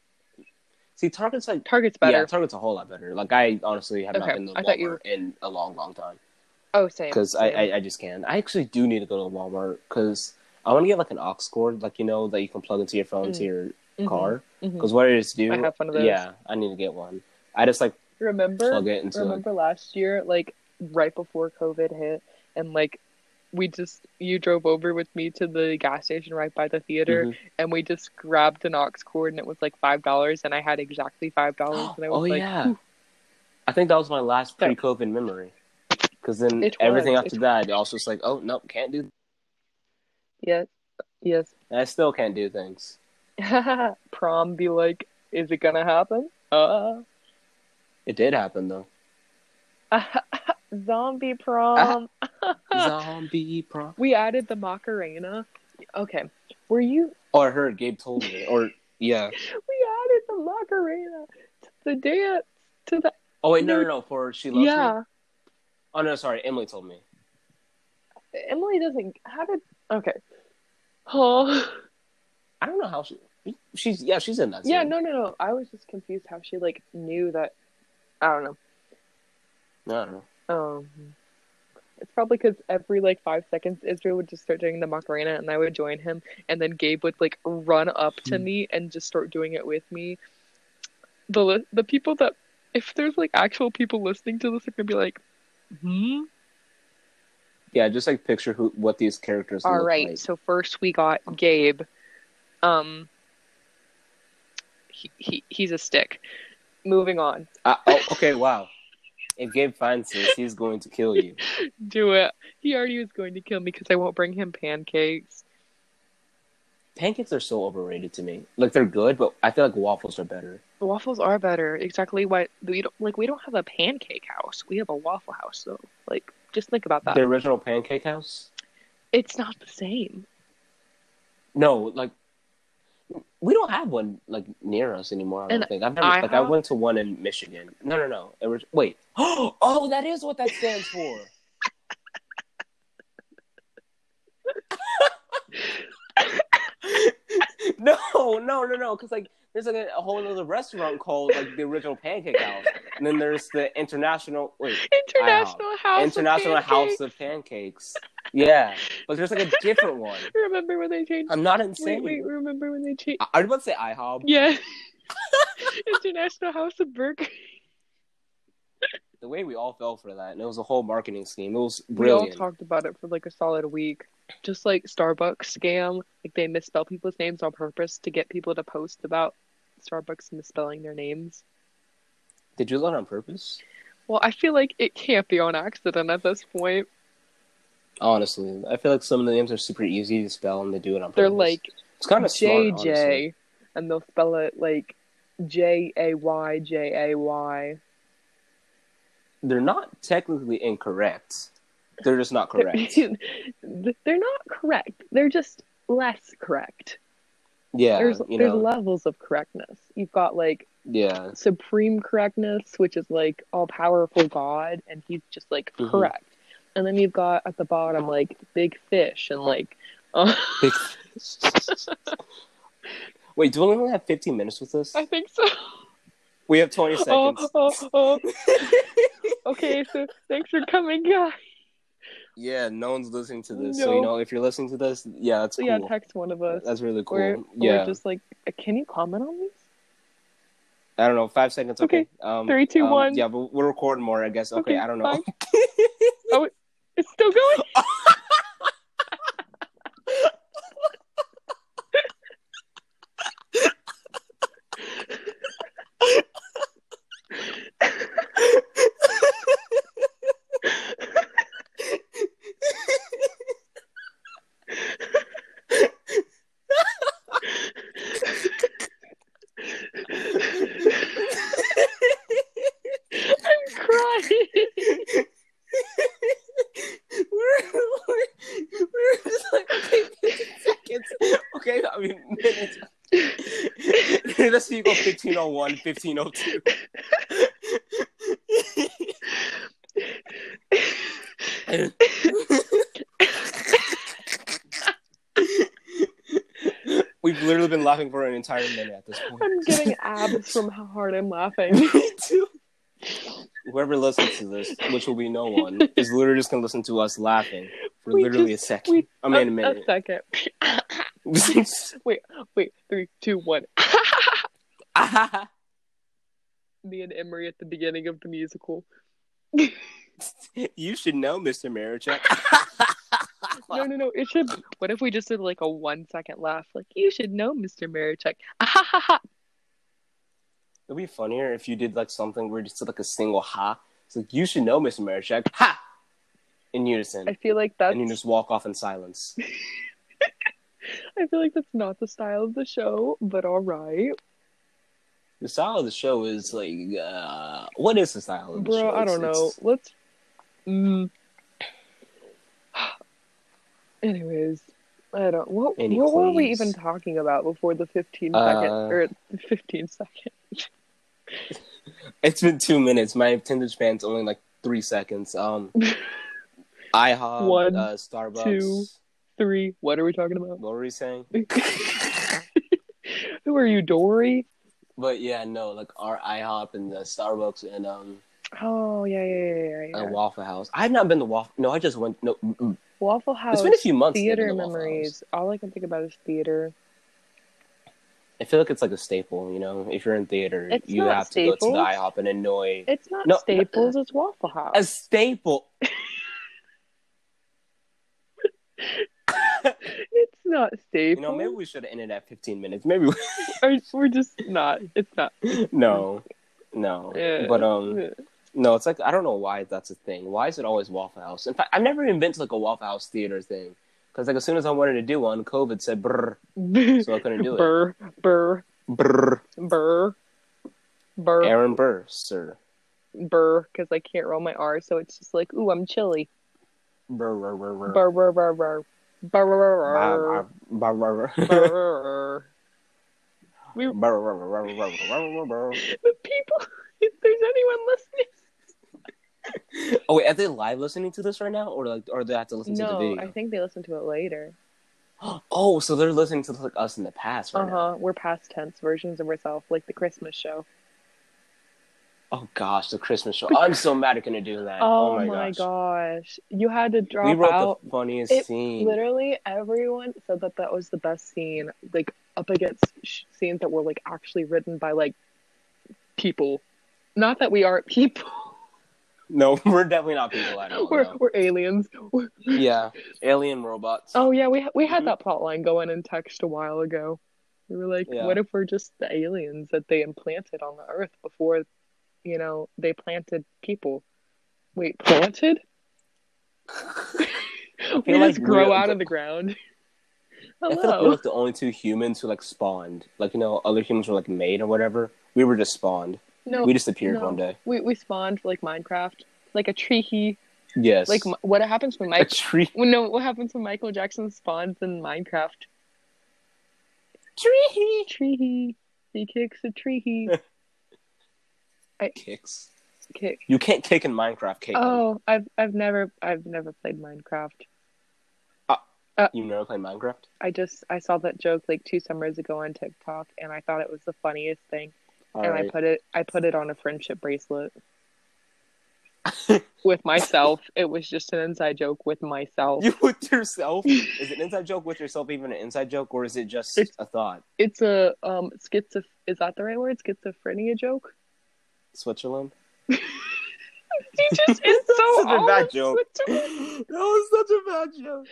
[SPEAKER 1] See, Target's like
[SPEAKER 2] Target's better.
[SPEAKER 1] yeah, Target's a whole lot better. Like I honestly have
[SPEAKER 2] Okay,
[SPEAKER 1] not been to
[SPEAKER 2] I thought you
[SPEAKER 1] Walmart in a long, long time
[SPEAKER 2] Oh, same.
[SPEAKER 1] because I,
[SPEAKER 2] same.
[SPEAKER 1] I I just can. I actually do need to go to Walmart because I want to get like an aux cord, like you know that you can plug into your phone to
[SPEAKER 2] Mm.
[SPEAKER 1] your
[SPEAKER 2] Mhm,
[SPEAKER 1] car.
[SPEAKER 2] mhm.
[SPEAKER 1] Because what I just do,
[SPEAKER 2] I have one of those.
[SPEAKER 1] yeah, I need to get one. I just like
[SPEAKER 2] Remember?
[SPEAKER 1] plug it into like,
[SPEAKER 2] remember last year, like right before COVID hit, and like we just you drove over with me to the gas station right by the theater,
[SPEAKER 1] Mhm.
[SPEAKER 2] and we just grabbed an aux cord, and it was like five dollars, and I had exactly five dollars, and I was
[SPEAKER 1] oh
[SPEAKER 2] like,
[SPEAKER 1] yeah. I think that was my last
[SPEAKER 2] Okay.
[SPEAKER 1] pre-COVID memory. Because then
[SPEAKER 2] It
[SPEAKER 1] everything
[SPEAKER 2] was,
[SPEAKER 1] after
[SPEAKER 2] it
[SPEAKER 1] that, also it's like, oh nope, can't do.
[SPEAKER 2] yes, yes,
[SPEAKER 1] And I still can't do things.
[SPEAKER 2] prom be like, is it gonna happen? Uh,
[SPEAKER 1] It did happen though.
[SPEAKER 2] zombie
[SPEAKER 1] Uh-huh.
[SPEAKER 2] prom.
[SPEAKER 1] Zombie prom.
[SPEAKER 2] we added the Macarena. Okay, were you
[SPEAKER 1] Oh, I heard Gabe told me. Or yeah.
[SPEAKER 2] we added the Macarena to the dance to the
[SPEAKER 1] Oh wait, no, no, no. For she loves me.
[SPEAKER 2] yeah.
[SPEAKER 1] Oh no, sorry, Emily told me.
[SPEAKER 2] Emily doesn't. How did? Okay. Oh
[SPEAKER 1] I don't know how she. She's yeah, she's in that.
[SPEAKER 2] yeah,
[SPEAKER 1] scene.
[SPEAKER 2] no, no, no. I was just confused how she like knew that. I don't know.
[SPEAKER 1] I don't know.
[SPEAKER 2] Um, it's probably because every like five seconds, Israel would just start doing the Macarena, and I would join him, and then Gabe would like run up to
[SPEAKER 1] Hmm.
[SPEAKER 2] me and just start doing it with me. The li- the people that if there's like actual people listening to this, they're gonna be like, hmm.
[SPEAKER 1] Yeah, just like picture who what these characters.
[SPEAKER 2] All
[SPEAKER 1] look
[SPEAKER 2] right.
[SPEAKER 1] like.
[SPEAKER 2] So first we got Gabe. Um. He, he he's a stick. Moving on.
[SPEAKER 1] Uh, oh, okay, wow. If Gabe finds this, he's going to kill you.
[SPEAKER 2] Do it. He already was going to kill me because I won't bring him pancakes.
[SPEAKER 1] Pancakes are so overrated to me. Like they're good, but I feel like waffles are better.
[SPEAKER 2] Waffles are better. Exactly why we don't like. We don't have a pancake house. We have a waffle house, though. Like, just think about that.
[SPEAKER 1] The original Pancake House?
[SPEAKER 2] It's not the same.
[SPEAKER 1] No, like we don't have one like near us anymore. I don't
[SPEAKER 2] And
[SPEAKER 1] think I've never
[SPEAKER 2] I
[SPEAKER 1] like I
[SPEAKER 2] have-
[SPEAKER 1] went to one in Michigan. No, no, no. It was- wait. Oh, that is what that stands for. no, no, no, no. Because like there's like a, a whole other restaurant called like the original Pancake House, and then there's the international wait
[SPEAKER 2] International house.
[SPEAKER 1] international
[SPEAKER 2] of
[SPEAKER 1] House
[SPEAKER 2] Pancakes.
[SPEAKER 1] of Pancakes. Yeah, but there's like a different one.
[SPEAKER 2] Remember when they changed?
[SPEAKER 1] I'm not
[SPEAKER 2] wait,
[SPEAKER 1] insane.
[SPEAKER 2] wait. Remember when they changed?
[SPEAKER 1] I, I was about to say IHOB.
[SPEAKER 2] Yeah. International House of Burger.
[SPEAKER 1] The way we all fell for that, and it was a whole marketing scheme. It was
[SPEAKER 2] We all
[SPEAKER 1] brilliant.
[SPEAKER 2] talked about it for like a solid week. Just like Starbucks scam, like they misspell people's names on purpose to get people to post about Starbucks misspelling their names.
[SPEAKER 1] Did you do that on purpose?
[SPEAKER 2] Well, I feel like it can't be on accident at this point.
[SPEAKER 1] Honestly, I feel like some of the names are super easy to spell, and they do it on purpose.
[SPEAKER 2] They're like
[SPEAKER 1] it's kind of smart. honestly.
[SPEAKER 2] JJ, and they'll spell it like J A Y J A Y.
[SPEAKER 1] They're not technically incorrect. They're just not correct.
[SPEAKER 2] They're not correct. They're just less correct.
[SPEAKER 1] yeah,
[SPEAKER 2] there's
[SPEAKER 1] you
[SPEAKER 2] there's
[SPEAKER 1] know.
[SPEAKER 2] levels of correctness. You've got like
[SPEAKER 1] yeah,
[SPEAKER 2] supreme correctness, which is like all powerful God, and he's just like
[SPEAKER 1] Mhm.
[SPEAKER 2] correct. And then you've got at the bottom like big fish and like uh,
[SPEAKER 1] Big- Wait, do we only have 15 minutes with this?
[SPEAKER 2] I think so.
[SPEAKER 1] We have 20 seconds.
[SPEAKER 2] Oh, oh, oh. okay, so thanks for coming, guys.
[SPEAKER 1] yeah, no one's listening to this. So you
[SPEAKER 2] No.
[SPEAKER 1] know, if you're listening to this, yeah, that's cool.
[SPEAKER 2] Yeah, text one of us.
[SPEAKER 1] that's really cool.
[SPEAKER 2] Or,
[SPEAKER 1] yeah,
[SPEAKER 2] or just like, can you comment on this?
[SPEAKER 1] I don't know. Five seconds. Okay.
[SPEAKER 2] Okay.
[SPEAKER 1] Um,
[SPEAKER 2] Three, two,
[SPEAKER 1] um,
[SPEAKER 2] one.
[SPEAKER 1] Yeah, but we're recording more, I guess. Okay.
[SPEAKER 2] Okay,
[SPEAKER 1] I don't know.
[SPEAKER 2] bye. Oh, it- it's still going. I'm crying.
[SPEAKER 1] we're, we're, we're just like okay, 15 seconds. Okay, I mean minutes. Let's see, you go 1501, 1502. We've literally been laughing for an entire minute at this point.
[SPEAKER 2] I'm getting abs from how hard I'm laughing.
[SPEAKER 1] Me too. Whoever listens to this, which will be no one, is literally just gonna listen to us laughing for
[SPEAKER 2] We
[SPEAKER 1] literally
[SPEAKER 2] just-
[SPEAKER 1] a second.
[SPEAKER 2] we-
[SPEAKER 1] I mean, a
[SPEAKER 2] a, a
[SPEAKER 1] minute.
[SPEAKER 2] second. Wait, three, two, one. Me and Emery at the beginning of the musical.
[SPEAKER 1] you should know, Mr. Marichek.
[SPEAKER 2] No, no, no. It should. What if we just did like a one second laugh? Like you should know, Mr. Marichek.
[SPEAKER 1] It'd be funnier if you did like something where just like a single ha. It's like you should know, Mr. Marichek. Ha! In unison,
[SPEAKER 2] I feel like that's.
[SPEAKER 1] and you just walk off in silence.
[SPEAKER 2] I feel like that's not the style of the show, but all right,
[SPEAKER 1] The style of the show is like, uh, what is the style of the show?
[SPEAKER 2] bro. I
[SPEAKER 1] It's-
[SPEAKER 2] don't know.
[SPEAKER 1] it's-
[SPEAKER 2] Let's. Mm. Anyways, I don't. What, what were we
[SPEAKER 1] Anyways.
[SPEAKER 2] even talking about before the fifteen
[SPEAKER 1] Uh,
[SPEAKER 2] second or the fifteen second?
[SPEAKER 1] It's been two minutes. My attention span's only like three seconds. Um, IHOP,
[SPEAKER 2] One,
[SPEAKER 1] uh, Starbucks.
[SPEAKER 2] two. Three. What are we talking about?
[SPEAKER 1] What were we saying?
[SPEAKER 2] Who are you, Dory?
[SPEAKER 1] But yeah, no, like our IHOP and the Starbucks and um
[SPEAKER 2] Oh yeah, yeah, yeah, yeah. yeah.
[SPEAKER 1] and Waffle House. I've not been to Waffle. No, I just went. No, mm, mm.
[SPEAKER 2] Waffle House.
[SPEAKER 1] it's been a few months. since I've been
[SPEAKER 2] theater
[SPEAKER 1] to Waffle House.
[SPEAKER 2] memories. All I can think about is theater.
[SPEAKER 1] I feel like it's like a staple. You know, if you're in theater,
[SPEAKER 2] It's
[SPEAKER 1] you
[SPEAKER 2] not
[SPEAKER 1] have to go to the
[SPEAKER 2] staples.
[SPEAKER 1] IHOP and annoy
[SPEAKER 2] It's not
[SPEAKER 1] No, uh,
[SPEAKER 2] Staples. It's Waffle House.
[SPEAKER 1] a staple.
[SPEAKER 2] It's not
[SPEAKER 1] You
[SPEAKER 2] Staples.
[SPEAKER 1] know, maybe we should have ended at 15 minutes. Maybe we-
[SPEAKER 2] Or we're just not. It's not.
[SPEAKER 1] no, no.
[SPEAKER 2] Yeah.
[SPEAKER 1] But um. No, it's like I don't know why that's a thing. Why is it always Waffle House? In fact, I've never even been to like a Waffle House theater thing because like as soon as I wanted to do one, COVID said brr, so I couldn't do it.
[SPEAKER 2] burr, burr,
[SPEAKER 1] Brr,
[SPEAKER 2] burr, burr,
[SPEAKER 1] Aaron Burr, sir.
[SPEAKER 2] burr, because I can't roll my R, so it's just like, ooh, I'm chilly.
[SPEAKER 1] Brr, brr, brr, brr.
[SPEAKER 2] Burr, burr, burr, burr, burr, burr,
[SPEAKER 1] Bah, bah, bah, brr, brr.
[SPEAKER 2] burr, burr. We,
[SPEAKER 1] Brr, brr, brr, brr, brr, brr, brr.
[SPEAKER 2] the people, if there's anyone listening,
[SPEAKER 1] Oh wait, are they live listening to this right now, or like, or they have to listen to the
[SPEAKER 2] no, I
[SPEAKER 1] video?
[SPEAKER 2] think they listen to it later.
[SPEAKER 1] Oh, so they're listening to like us in the past right
[SPEAKER 2] Uh
[SPEAKER 1] now.
[SPEAKER 2] huh. We're past tense versions of ourselves, like the Christmas show.
[SPEAKER 1] Oh gosh, the Christmas show. I'm so mad at gonna do that.
[SPEAKER 2] Oh,
[SPEAKER 1] Oh,
[SPEAKER 2] my, gosh. You had to drop
[SPEAKER 1] We wrote
[SPEAKER 2] out.
[SPEAKER 1] the funniest
[SPEAKER 2] It
[SPEAKER 1] scene.
[SPEAKER 2] Literally, everyone said that that was the best scene, like up against sh- scenes that were like actually written by like people. Not that we aren't people.
[SPEAKER 1] No, we're definitely not people at all.
[SPEAKER 2] we're
[SPEAKER 1] no.
[SPEAKER 2] we're aliens. We're-
[SPEAKER 1] Yeah, alien robots.
[SPEAKER 2] oh yeah, we ha- we had
[SPEAKER 1] Mhm.
[SPEAKER 2] that plot line going in text a while ago. We were like,
[SPEAKER 1] Yeah.
[SPEAKER 2] what if we're just the aliens that they implanted on the Earth before, you know, they planted people? Wait, planted? We
[SPEAKER 1] feel like
[SPEAKER 2] just grow
[SPEAKER 1] we're-
[SPEAKER 2] out of the ground.
[SPEAKER 1] I feel like we're
[SPEAKER 2] Hello.
[SPEAKER 1] like the only two humans who like spawned. Like you know, other humans were like made or whatever. We were just spawned.
[SPEAKER 2] No,
[SPEAKER 1] we just appeared
[SPEAKER 2] Oh, no.
[SPEAKER 1] one day.
[SPEAKER 2] We we spawned like Minecraft, like a tree. He
[SPEAKER 1] Yes,
[SPEAKER 2] like m- what happens when
[SPEAKER 1] a
[SPEAKER 2] Mike?
[SPEAKER 1] tree.
[SPEAKER 2] well, no, what happens when Michael Jackson spawns in Minecraft?
[SPEAKER 1] Tree
[SPEAKER 2] Tree. He He kicks a tree. He
[SPEAKER 1] kicks.
[SPEAKER 2] kick.
[SPEAKER 1] You can't kick in Minecraft, Caitlin.
[SPEAKER 2] Oh, I've I've never I've never played Minecraft.
[SPEAKER 1] You never play Minecraft?
[SPEAKER 2] I just I saw that joke like two summers ago on TikTok, and I thought it was the funniest thing.
[SPEAKER 1] All
[SPEAKER 2] and
[SPEAKER 1] right.
[SPEAKER 2] I put it I put it on a friendship bracelet. with myself. It was just an inside joke with myself.
[SPEAKER 1] You with yourself? is it an inside joke with yourself even an inside joke, or is it just
[SPEAKER 2] It's-
[SPEAKER 1] a thought?
[SPEAKER 2] It's a um schizo is that the right word? Schizophrenia joke?
[SPEAKER 1] Switzerland?
[SPEAKER 2] He just is so
[SPEAKER 1] Such a
[SPEAKER 2] all
[SPEAKER 1] bad
[SPEAKER 2] over
[SPEAKER 1] joke. that was such a bad joke.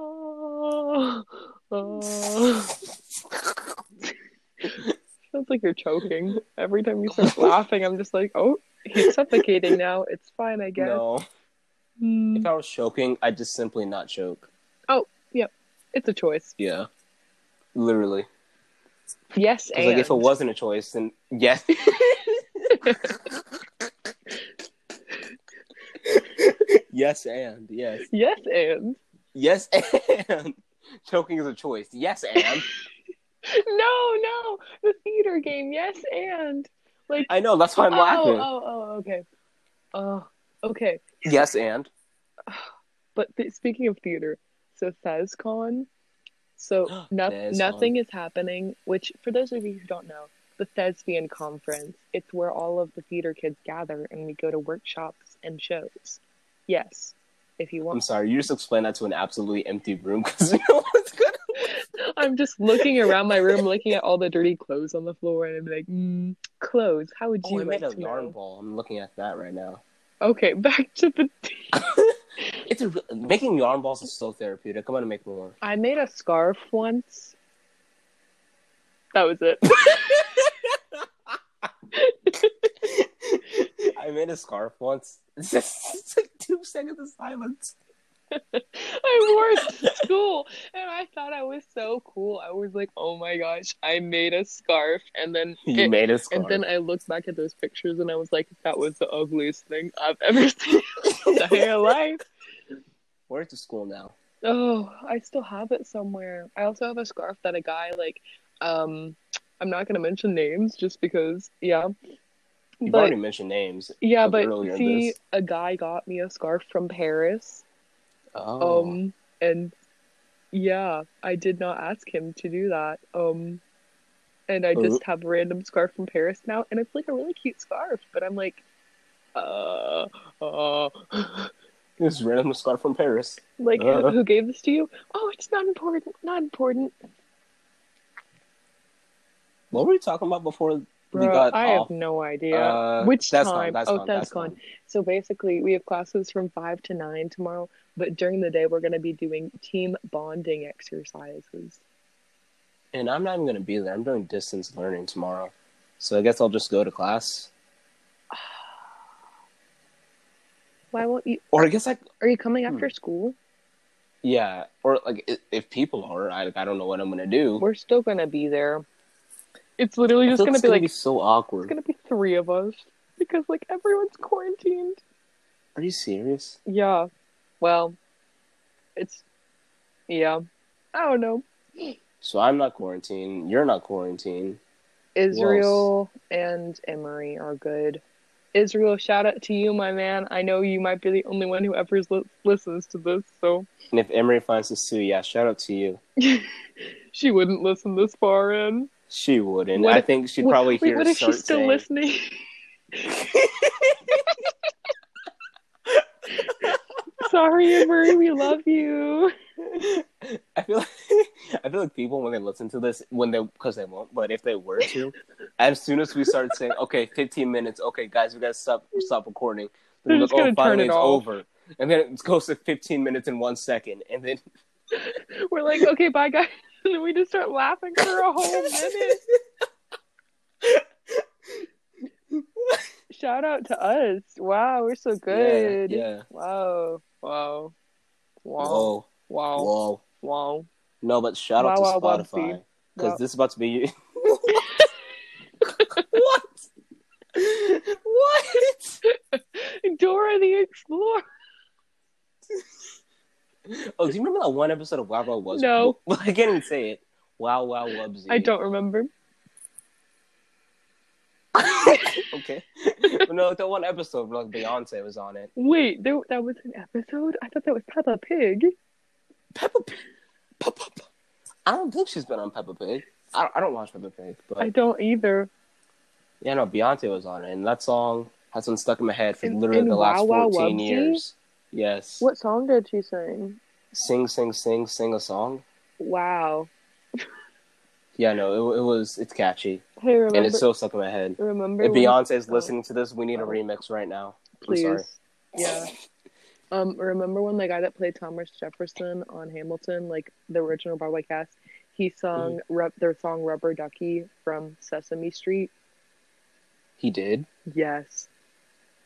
[SPEAKER 2] Oh, oh. Sounds like you're choking. Every time you start laughing, I'm just like, oh, he's suffocating now. It's fine, I guess.
[SPEAKER 1] No.
[SPEAKER 2] Hmm.
[SPEAKER 1] If I was choking, I'd just simply not choke.
[SPEAKER 2] It's a choice.
[SPEAKER 1] Yeah. Literally.
[SPEAKER 2] Yes,
[SPEAKER 1] 'Cause,
[SPEAKER 2] and
[SPEAKER 1] like, if it wasn't a choice, then yes. yes, and. Yes.
[SPEAKER 2] yes, and
[SPEAKER 1] Yes, and. Choking is a choice. Yes, and.
[SPEAKER 2] no, no, the theater game. Yes, and like
[SPEAKER 1] I know, that's why I'm
[SPEAKER 2] oh,
[SPEAKER 1] laughing.
[SPEAKER 2] oh, oh, okay, oh, okay.
[SPEAKER 1] Yes, and.
[SPEAKER 2] But th- speaking of theater, so ThesCon, so no-
[SPEAKER 1] ThesCon.
[SPEAKER 2] nothing is happening. Which, for those of you who don't know, the Thespian conference. It's where all of the theater kids gather and we go to workshops and shows. Yes, if you
[SPEAKER 1] I'm
[SPEAKER 2] want.
[SPEAKER 1] sorry, you just explained that to an absolutely empty room because no one's gonna.
[SPEAKER 2] I'm just looking around my room, looking at all the dirty clothes on the floor, and I'm like, mm, clothes. How would you
[SPEAKER 1] Oh, I
[SPEAKER 2] like
[SPEAKER 1] made a
[SPEAKER 2] to
[SPEAKER 1] yarn
[SPEAKER 2] know?"
[SPEAKER 1] ball. I'm looking at that right now.
[SPEAKER 2] Okay, back to the.
[SPEAKER 1] It's a, making yarn balls is so therapeutic. I'm gonna make more.
[SPEAKER 2] I made a scarf once. That was it.
[SPEAKER 1] I made a scarf once. It's just like two seconds of silence.
[SPEAKER 2] I wore it to school, and I thought I was so cool. I was like, "Oh my gosh, I made a scarf!" And then,
[SPEAKER 1] You
[SPEAKER 2] it-
[SPEAKER 1] made a
[SPEAKER 2] and
[SPEAKER 1] scarf.
[SPEAKER 2] then I looked back at those pictures, and I was like, "That was the ugliest thing I've ever seen in my whole life."
[SPEAKER 1] We're to school now.
[SPEAKER 2] Oh, I still have it somewhere. I also have a scarf that a guy like um I'm not gonna mention names just because yeah.
[SPEAKER 1] You've
[SPEAKER 2] But
[SPEAKER 1] already mentioned names.
[SPEAKER 2] yeah,
[SPEAKER 1] of
[SPEAKER 2] but
[SPEAKER 1] earlier in
[SPEAKER 2] see
[SPEAKER 1] this.
[SPEAKER 2] a guy got me a scarf from Paris.
[SPEAKER 1] Oh,
[SPEAKER 2] Um and yeah, I did not ask him to do that. Um and I
[SPEAKER 1] Oh.
[SPEAKER 2] just have a random scarf from Paris now and it's like a really cute scarf, but I'm like uh uh
[SPEAKER 1] this random scarf from Paris.
[SPEAKER 2] like who-
[SPEAKER 1] Uh.
[SPEAKER 2] who gave this to you? Oh, it's not important. Not important.
[SPEAKER 1] What were we talking about before we
[SPEAKER 2] Bro,
[SPEAKER 1] got
[SPEAKER 2] I
[SPEAKER 1] off?
[SPEAKER 2] have no idea.
[SPEAKER 1] Uh,
[SPEAKER 2] Which
[SPEAKER 1] that's
[SPEAKER 2] time?
[SPEAKER 1] Gone, that's
[SPEAKER 2] oh,
[SPEAKER 1] gone,
[SPEAKER 2] that's gone. So basically, we have classes from five to nine tomorrow, but during the day, we're going to be doing team bonding exercises.
[SPEAKER 1] And I'm not even gonna be there. I'm doing distance learning tomorrow, so I guess I'll just go to class.
[SPEAKER 2] Why won't you?
[SPEAKER 1] Or I guess I
[SPEAKER 2] Are you coming
[SPEAKER 1] Hmm.
[SPEAKER 2] after school?
[SPEAKER 1] Yeah, or like i- if people are, I, I don't know what I'm gonna do.
[SPEAKER 2] We're still going to be there. It's literally
[SPEAKER 1] I
[SPEAKER 2] just
[SPEAKER 1] feel
[SPEAKER 2] going to
[SPEAKER 1] it's
[SPEAKER 2] be like it's
[SPEAKER 1] so awkward.
[SPEAKER 2] going to be three of us because like everyone's quarantined.
[SPEAKER 1] Are you serious?
[SPEAKER 2] Yeah. Well, it's yeah. I don't know.
[SPEAKER 1] So I'm not quarantined. You're not quarantined.
[SPEAKER 2] Israel and Emery are good. Israel, shout out to you, my man. I know you might be the only one who ever li- listens to this, so
[SPEAKER 1] And if Emery finds this too, yeah, shout out to you.
[SPEAKER 2] she wouldn't listen this far in.
[SPEAKER 1] She wouldn't.
[SPEAKER 2] What
[SPEAKER 1] I
[SPEAKER 2] if-
[SPEAKER 1] think she'd
[SPEAKER 2] What-
[SPEAKER 1] probably
[SPEAKER 2] wait,
[SPEAKER 1] hear.
[SPEAKER 2] what if
[SPEAKER 1] start
[SPEAKER 2] she's still
[SPEAKER 1] saying,
[SPEAKER 2] listening? Sorry, Emery, we love you.
[SPEAKER 1] I feel, like, I feel like people when they listen to this, when they because they won't, but if they were to, as soon as we start saying, okay, 15 minutes, okay, guys, we gotta stop stop recording.
[SPEAKER 2] They're
[SPEAKER 1] They're
[SPEAKER 2] just
[SPEAKER 1] like,
[SPEAKER 2] gonna
[SPEAKER 1] oh,
[SPEAKER 2] turn
[SPEAKER 1] finally
[SPEAKER 2] it
[SPEAKER 1] it's
[SPEAKER 2] off.
[SPEAKER 1] over, and then it goes to 15 minutes and one second, and then
[SPEAKER 2] We're like, okay, bye, guys. And then we just start laughing for a whole minute. Shout out to us. Wow, we're so good.
[SPEAKER 1] Yeah. yeah.
[SPEAKER 2] Wow. Wow. Wow.
[SPEAKER 1] Whoa.
[SPEAKER 2] Wow.
[SPEAKER 1] Whoa.
[SPEAKER 2] Wow.
[SPEAKER 1] No, but shout out
[SPEAKER 2] Wow,
[SPEAKER 1] to
[SPEAKER 2] wow,
[SPEAKER 1] Spotify
[SPEAKER 2] Bubsy.
[SPEAKER 1] because
[SPEAKER 2] Wow.
[SPEAKER 1] this is about to be. what? What?
[SPEAKER 2] Dora the Explorer.
[SPEAKER 1] Oh, do you remember that one episode of Wow Wow Wubsy?
[SPEAKER 2] No.
[SPEAKER 1] Well, I can't even say it. Wow Wow Wubsy.
[SPEAKER 2] I don't remember.
[SPEAKER 1] okay. But no, that one episode where like Beyonce was on it.
[SPEAKER 2] Wait, there, that was an episode? I thought that was Peppa Pig.
[SPEAKER 1] Peppa Pig. Peppa Pig. I don't think she's been on Peppa Pig. I I don't watch Peppa Pig, but
[SPEAKER 2] I don't either.
[SPEAKER 1] yeah, no, Beyonce was on it, and that song has been stuck in my head for
[SPEAKER 2] In-
[SPEAKER 1] literally
[SPEAKER 2] in
[SPEAKER 1] the last
[SPEAKER 2] Wow Wow
[SPEAKER 1] 14
[SPEAKER 2] Wubsy?
[SPEAKER 1] years. Yes.
[SPEAKER 2] What song did she sing?
[SPEAKER 1] Sing, sing, sing, sing a song.
[SPEAKER 2] Wow.
[SPEAKER 1] Yeah, no, it, it was, it's catchy.
[SPEAKER 2] Hey, remember?
[SPEAKER 1] And it's so stuck in my head.
[SPEAKER 2] remember?
[SPEAKER 1] If
[SPEAKER 2] when-
[SPEAKER 1] Beyonce's
[SPEAKER 2] oh.
[SPEAKER 1] listening to this, we need a remix right now. I'm
[SPEAKER 2] please.
[SPEAKER 1] sorry.
[SPEAKER 2] Yeah. Um, remember when the guy that played Thomas Jefferson on Hamilton, like the original Broadway cast, he sung
[SPEAKER 1] Mm-hmm.
[SPEAKER 2] rub- their song "Rubber Ducky" from Sesame Street.
[SPEAKER 1] He did.
[SPEAKER 2] Yes,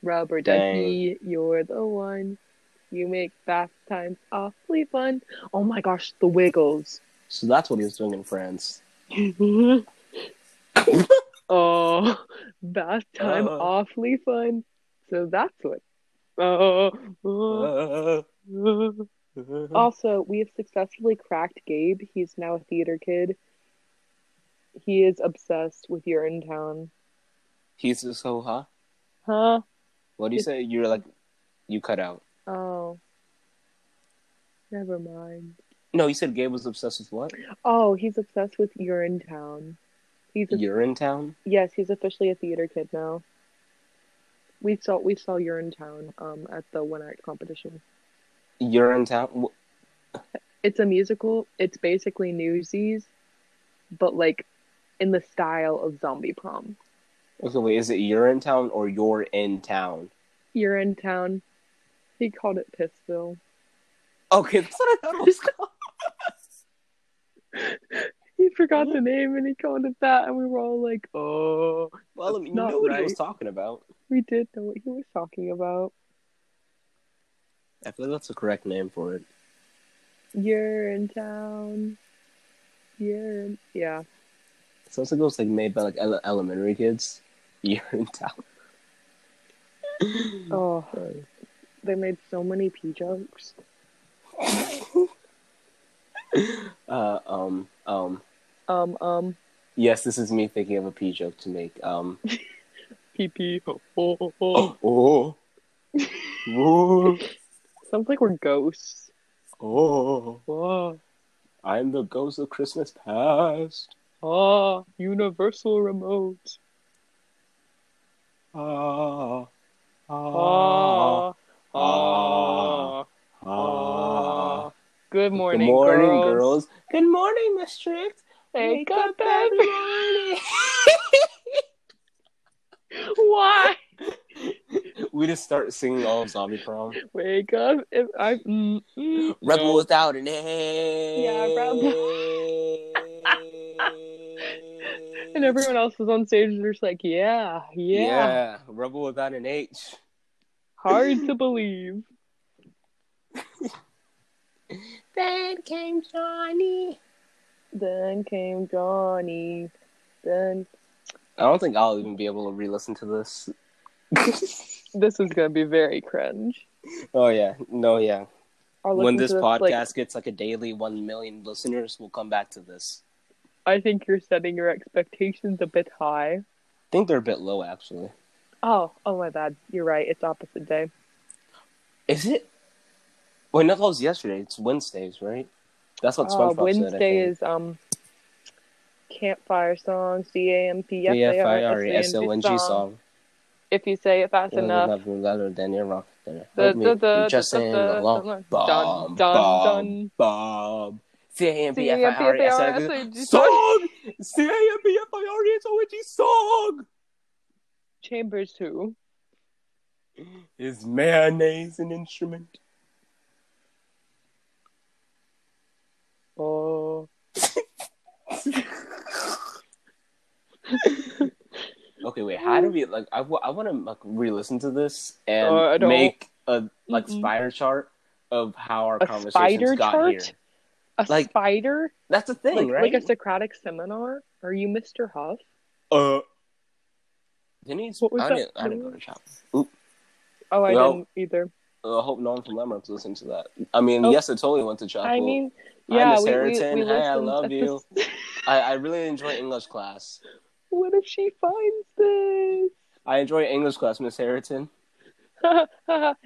[SPEAKER 2] Rubber
[SPEAKER 1] Dang.
[SPEAKER 2] Ducky, you're the one. You make bath times awfully fun. Oh my gosh, the Wiggles.
[SPEAKER 1] So that's what he was doing in France.
[SPEAKER 2] oh, bath time
[SPEAKER 1] Uh.
[SPEAKER 2] awfully fun. So that's what. Oh. oh. Also, we have successfully cracked Gabe. He's now a theater kid. He is obsessed with Urine Town.
[SPEAKER 1] He's just so, huh?
[SPEAKER 2] Huh?
[SPEAKER 1] What do you say? You're like, you cut out.
[SPEAKER 2] Oh. Never mind.
[SPEAKER 1] No, you said Gabe was obsessed with what?
[SPEAKER 2] Oh, he's obsessed with Urine Town. He's a,
[SPEAKER 1] Urine Town?
[SPEAKER 2] yes, he's officially a theater kid now. We saw we saw Urine Town um at the one act competition.
[SPEAKER 1] Urine Town? Wh-
[SPEAKER 2] It's a musical. It's basically Newsies, but like in the style of Zombie Prom.
[SPEAKER 1] Okay, wait, is it Urine Town or You're in Town?
[SPEAKER 2] You're in town. He called it Pissville.
[SPEAKER 1] Okay, that's what I thought it was called.
[SPEAKER 2] He forgot the name and he called it that, and we were all like, "Oh,
[SPEAKER 1] Well, I
[SPEAKER 2] That's
[SPEAKER 1] mean, you
[SPEAKER 2] not
[SPEAKER 1] know what he was
[SPEAKER 2] right.
[SPEAKER 1] talking about.
[SPEAKER 2] we did know what he was talking about."
[SPEAKER 1] I feel like that's the correct name for it.
[SPEAKER 2] You're in town. You're in, yeah.
[SPEAKER 1] It sounds like it was like made by like ele- elementary kids. Urine Town.
[SPEAKER 2] Oh, they made so many pee jokes.
[SPEAKER 1] Uh, um, um.
[SPEAKER 2] Um, um,
[SPEAKER 1] Yes, this is me thinking of a pee joke to make. Um,
[SPEAKER 2] pee pee. Oh, oh, oh.
[SPEAKER 1] oh, oh,
[SPEAKER 2] Sounds like we're ghosts.
[SPEAKER 1] oh,
[SPEAKER 2] Oh,
[SPEAKER 1] I'm the ghost of Christmas past.
[SPEAKER 2] oh, universal remote.
[SPEAKER 1] Ah, ah,
[SPEAKER 2] Ah, ah,
[SPEAKER 1] ah.
[SPEAKER 2] ah. Good morning,
[SPEAKER 1] Good morning,
[SPEAKER 2] girls.
[SPEAKER 1] girls. Good morning, Miss Strict.
[SPEAKER 2] Wake up,
[SPEAKER 1] every
[SPEAKER 2] every-
[SPEAKER 1] morning.
[SPEAKER 2] Why?
[SPEAKER 1] we just start singing all of Zombie Prom.
[SPEAKER 2] Wake up! If I mm, mm,
[SPEAKER 1] Rebel
[SPEAKER 2] no.
[SPEAKER 1] without an A.
[SPEAKER 2] Yeah,
[SPEAKER 1] rebel.
[SPEAKER 2] and everyone else is on stage and they're just like, yeah, yeah,
[SPEAKER 1] yeah, rebel without an H.
[SPEAKER 2] hard to believe.
[SPEAKER 1] Then came Johnny.
[SPEAKER 2] Then came Johnny. Then
[SPEAKER 1] I don't think I'll even be able to re-listen to this.
[SPEAKER 2] this is gonna be very cringe.
[SPEAKER 1] oh yeah, no yeah.
[SPEAKER 2] I'll
[SPEAKER 1] When
[SPEAKER 2] listen
[SPEAKER 1] this
[SPEAKER 2] to
[SPEAKER 1] podcast
[SPEAKER 2] like,
[SPEAKER 1] gets like a daily one million listeners, we'll come back to this.
[SPEAKER 2] I think you're setting your expectations a bit high.
[SPEAKER 1] I think they're a bit low actually.
[SPEAKER 2] Oh, oh my bad. You're right. It's opposite day.
[SPEAKER 1] Is it? Wait, no, that was yesterday. It's Wednesdays, right? That's what
[SPEAKER 2] Uh,
[SPEAKER 1] SpongeBob said. I
[SPEAKER 2] Wednesday
[SPEAKER 1] think.
[SPEAKER 2] is um campfire song, C A M P F
[SPEAKER 1] yeah,
[SPEAKER 2] A R
[SPEAKER 1] E,
[SPEAKER 2] E
[SPEAKER 1] S O N G song.
[SPEAKER 2] If you say it fast enough.
[SPEAKER 1] Then you're wrong.
[SPEAKER 2] The-
[SPEAKER 1] Help
[SPEAKER 2] the- the-
[SPEAKER 1] me, just
[SPEAKER 2] the-
[SPEAKER 1] sing
[SPEAKER 2] the-
[SPEAKER 1] along.
[SPEAKER 2] dun,
[SPEAKER 1] Bomb,
[SPEAKER 2] dun,
[SPEAKER 1] bomb,
[SPEAKER 2] dun.
[SPEAKER 1] bomb. E,
[SPEAKER 2] C-A-M-P-F-I-R-S-O-N-G
[SPEAKER 1] C-A-M-P-F-I-R-E-S-O-N-G
[SPEAKER 2] E,
[SPEAKER 1] song. E, C-A-M-P-F-I-R-E-S-O-N-G song.
[SPEAKER 2] Chambers Who.
[SPEAKER 1] Is mayonnaise an instrument?
[SPEAKER 2] Oh.
[SPEAKER 1] Okay, wait. How do we like? I, w- I want to like re-listen to this and
[SPEAKER 2] Uh, I don't-
[SPEAKER 1] make a like
[SPEAKER 2] Mm-mm.
[SPEAKER 1] spider chart of how our
[SPEAKER 2] a spider
[SPEAKER 1] conversations got
[SPEAKER 2] chart?
[SPEAKER 1] here.
[SPEAKER 2] A
[SPEAKER 1] Like-
[SPEAKER 2] spider?
[SPEAKER 1] That's the thing,
[SPEAKER 2] Like,
[SPEAKER 1] right?
[SPEAKER 2] like a Socratic seminar? Are you Mr. Huff?
[SPEAKER 1] Uh, didn't he?
[SPEAKER 2] What was
[SPEAKER 1] I,
[SPEAKER 2] that
[SPEAKER 1] didn't, I didn't go
[SPEAKER 2] noise?
[SPEAKER 1] to shop.
[SPEAKER 2] Oh, I
[SPEAKER 1] Well,
[SPEAKER 2] didn't either.
[SPEAKER 1] Uh, I hope no one from Lemmer's listening to that. I mean,
[SPEAKER 2] Oh.
[SPEAKER 1] yes, I totally went to chapel.
[SPEAKER 2] I mean,
[SPEAKER 1] Hi,
[SPEAKER 2] yeah,
[SPEAKER 1] Miss
[SPEAKER 2] we, we,
[SPEAKER 1] Harrington.
[SPEAKER 2] we
[SPEAKER 1] Hi, I
[SPEAKER 2] listened
[SPEAKER 1] love
[SPEAKER 2] at the
[SPEAKER 1] you.
[SPEAKER 2] s-
[SPEAKER 1] I, I really enjoy English class.
[SPEAKER 2] what if she finds this?
[SPEAKER 1] I enjoy English class, Miss Harrington.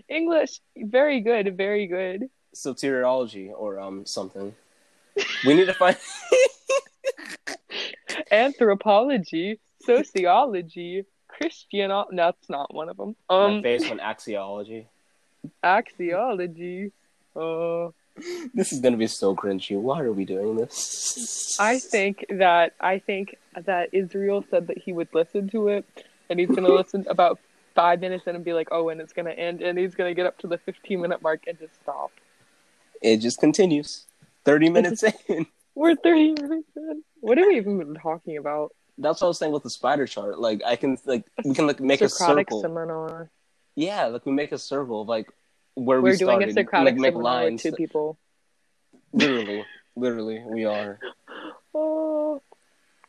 [SPEAKER 2] English, very good, very good.
[SPEAKER 1] Soteriology or um something. We need to find.
[SPEAKER 2] Anthropology, sociology, Christian. No, that's not one of them.
[SPEAKER 1] My
[SPEAKER 2] Um,
[SPEAKER 1] face on axiology.
[SPEAKER 2] axiology. Uh,
[SPEAKER 1] This is gonna be so cringy. Why are we doing this?
[SPEAKER 2] I think that I think that Israel said that he would listen to it, and he's gonna listen about five minutes in and be like, "Oh, and it's gonna end," and he's gonna get up to the fifteen minute mark and just stop.
[SPEAKER 1] it just continues. Thirty minutes in.
[SPEAKER 2] We're thirty minutes in. What have we even been talking about?
[SPEAKER 1] That's what I was saying with the spider chart. Like I can like we can like make
[SPEAKER 2] Socratic
[SPEAKER 1] a circle.
[SPEAKER 2] seminar.
[SPEAKER 1] yeah, like we make a circle of like where
[SPEAKER 2] We're
[SPEAKER 1] we
[SPEAKER 2] doing
[SPEAKER 1] started.
[SPEAKER 2] a Socratic
[SPEAKER 1] like make
[SPEAKER 2] seminar
[SPEAKER 1] lines.
[SPEAKER 2] with two people.
[SPEAKER 1] literally, literally, we are.
[SPEAKER 2] Oh,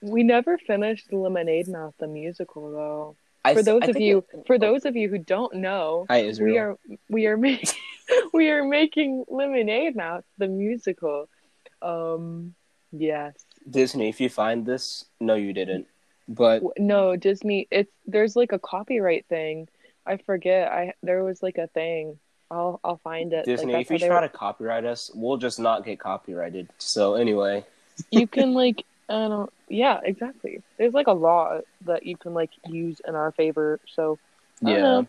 [SPEAKER 2] we never finished Lemonade Mouth the musical though.
[SPEAKER 1] I,
[SPEAKER 2] For
[SPEAKER 1] s-
[SPEAKER 2] those
[SPEAKER 1] I
[SPEAKER 2] of
[SPEAKER 1] think
[SPEAKER 2] you,
[SPEAKER 1] it- Oh.
[SPEAKER 2] for those of you who don't know,
[SPEAKER 1] hi Israel.
[SPEAKER 2] we are we are making we are making Lemonade Mouth the musical. Um, yes,
[SPEAKER 1] Disney, if you find this, no, you didn't. But
[SPEAKER 2] W- no Disney. It's there's like a copyright thing. I forget. I there was like a thing. I'll I'll find it.
[SPEAKER 1] Disney,
[SPEAKER 2] like,
[SPEAKER 1] if you
[SPEAKER 2] that's how
[SPEAKER 1] try
[SPEAKER 2] they
[SPEAKER 1] to copyright us, we'll just not get copyrighted. So anyway,
[SPEAKER 2] you can like I don't yeah exactly. There's like a law that you can like use in our favor. So I don't
[SPEAKER 1] yeah,
[SPEAKER 2] know.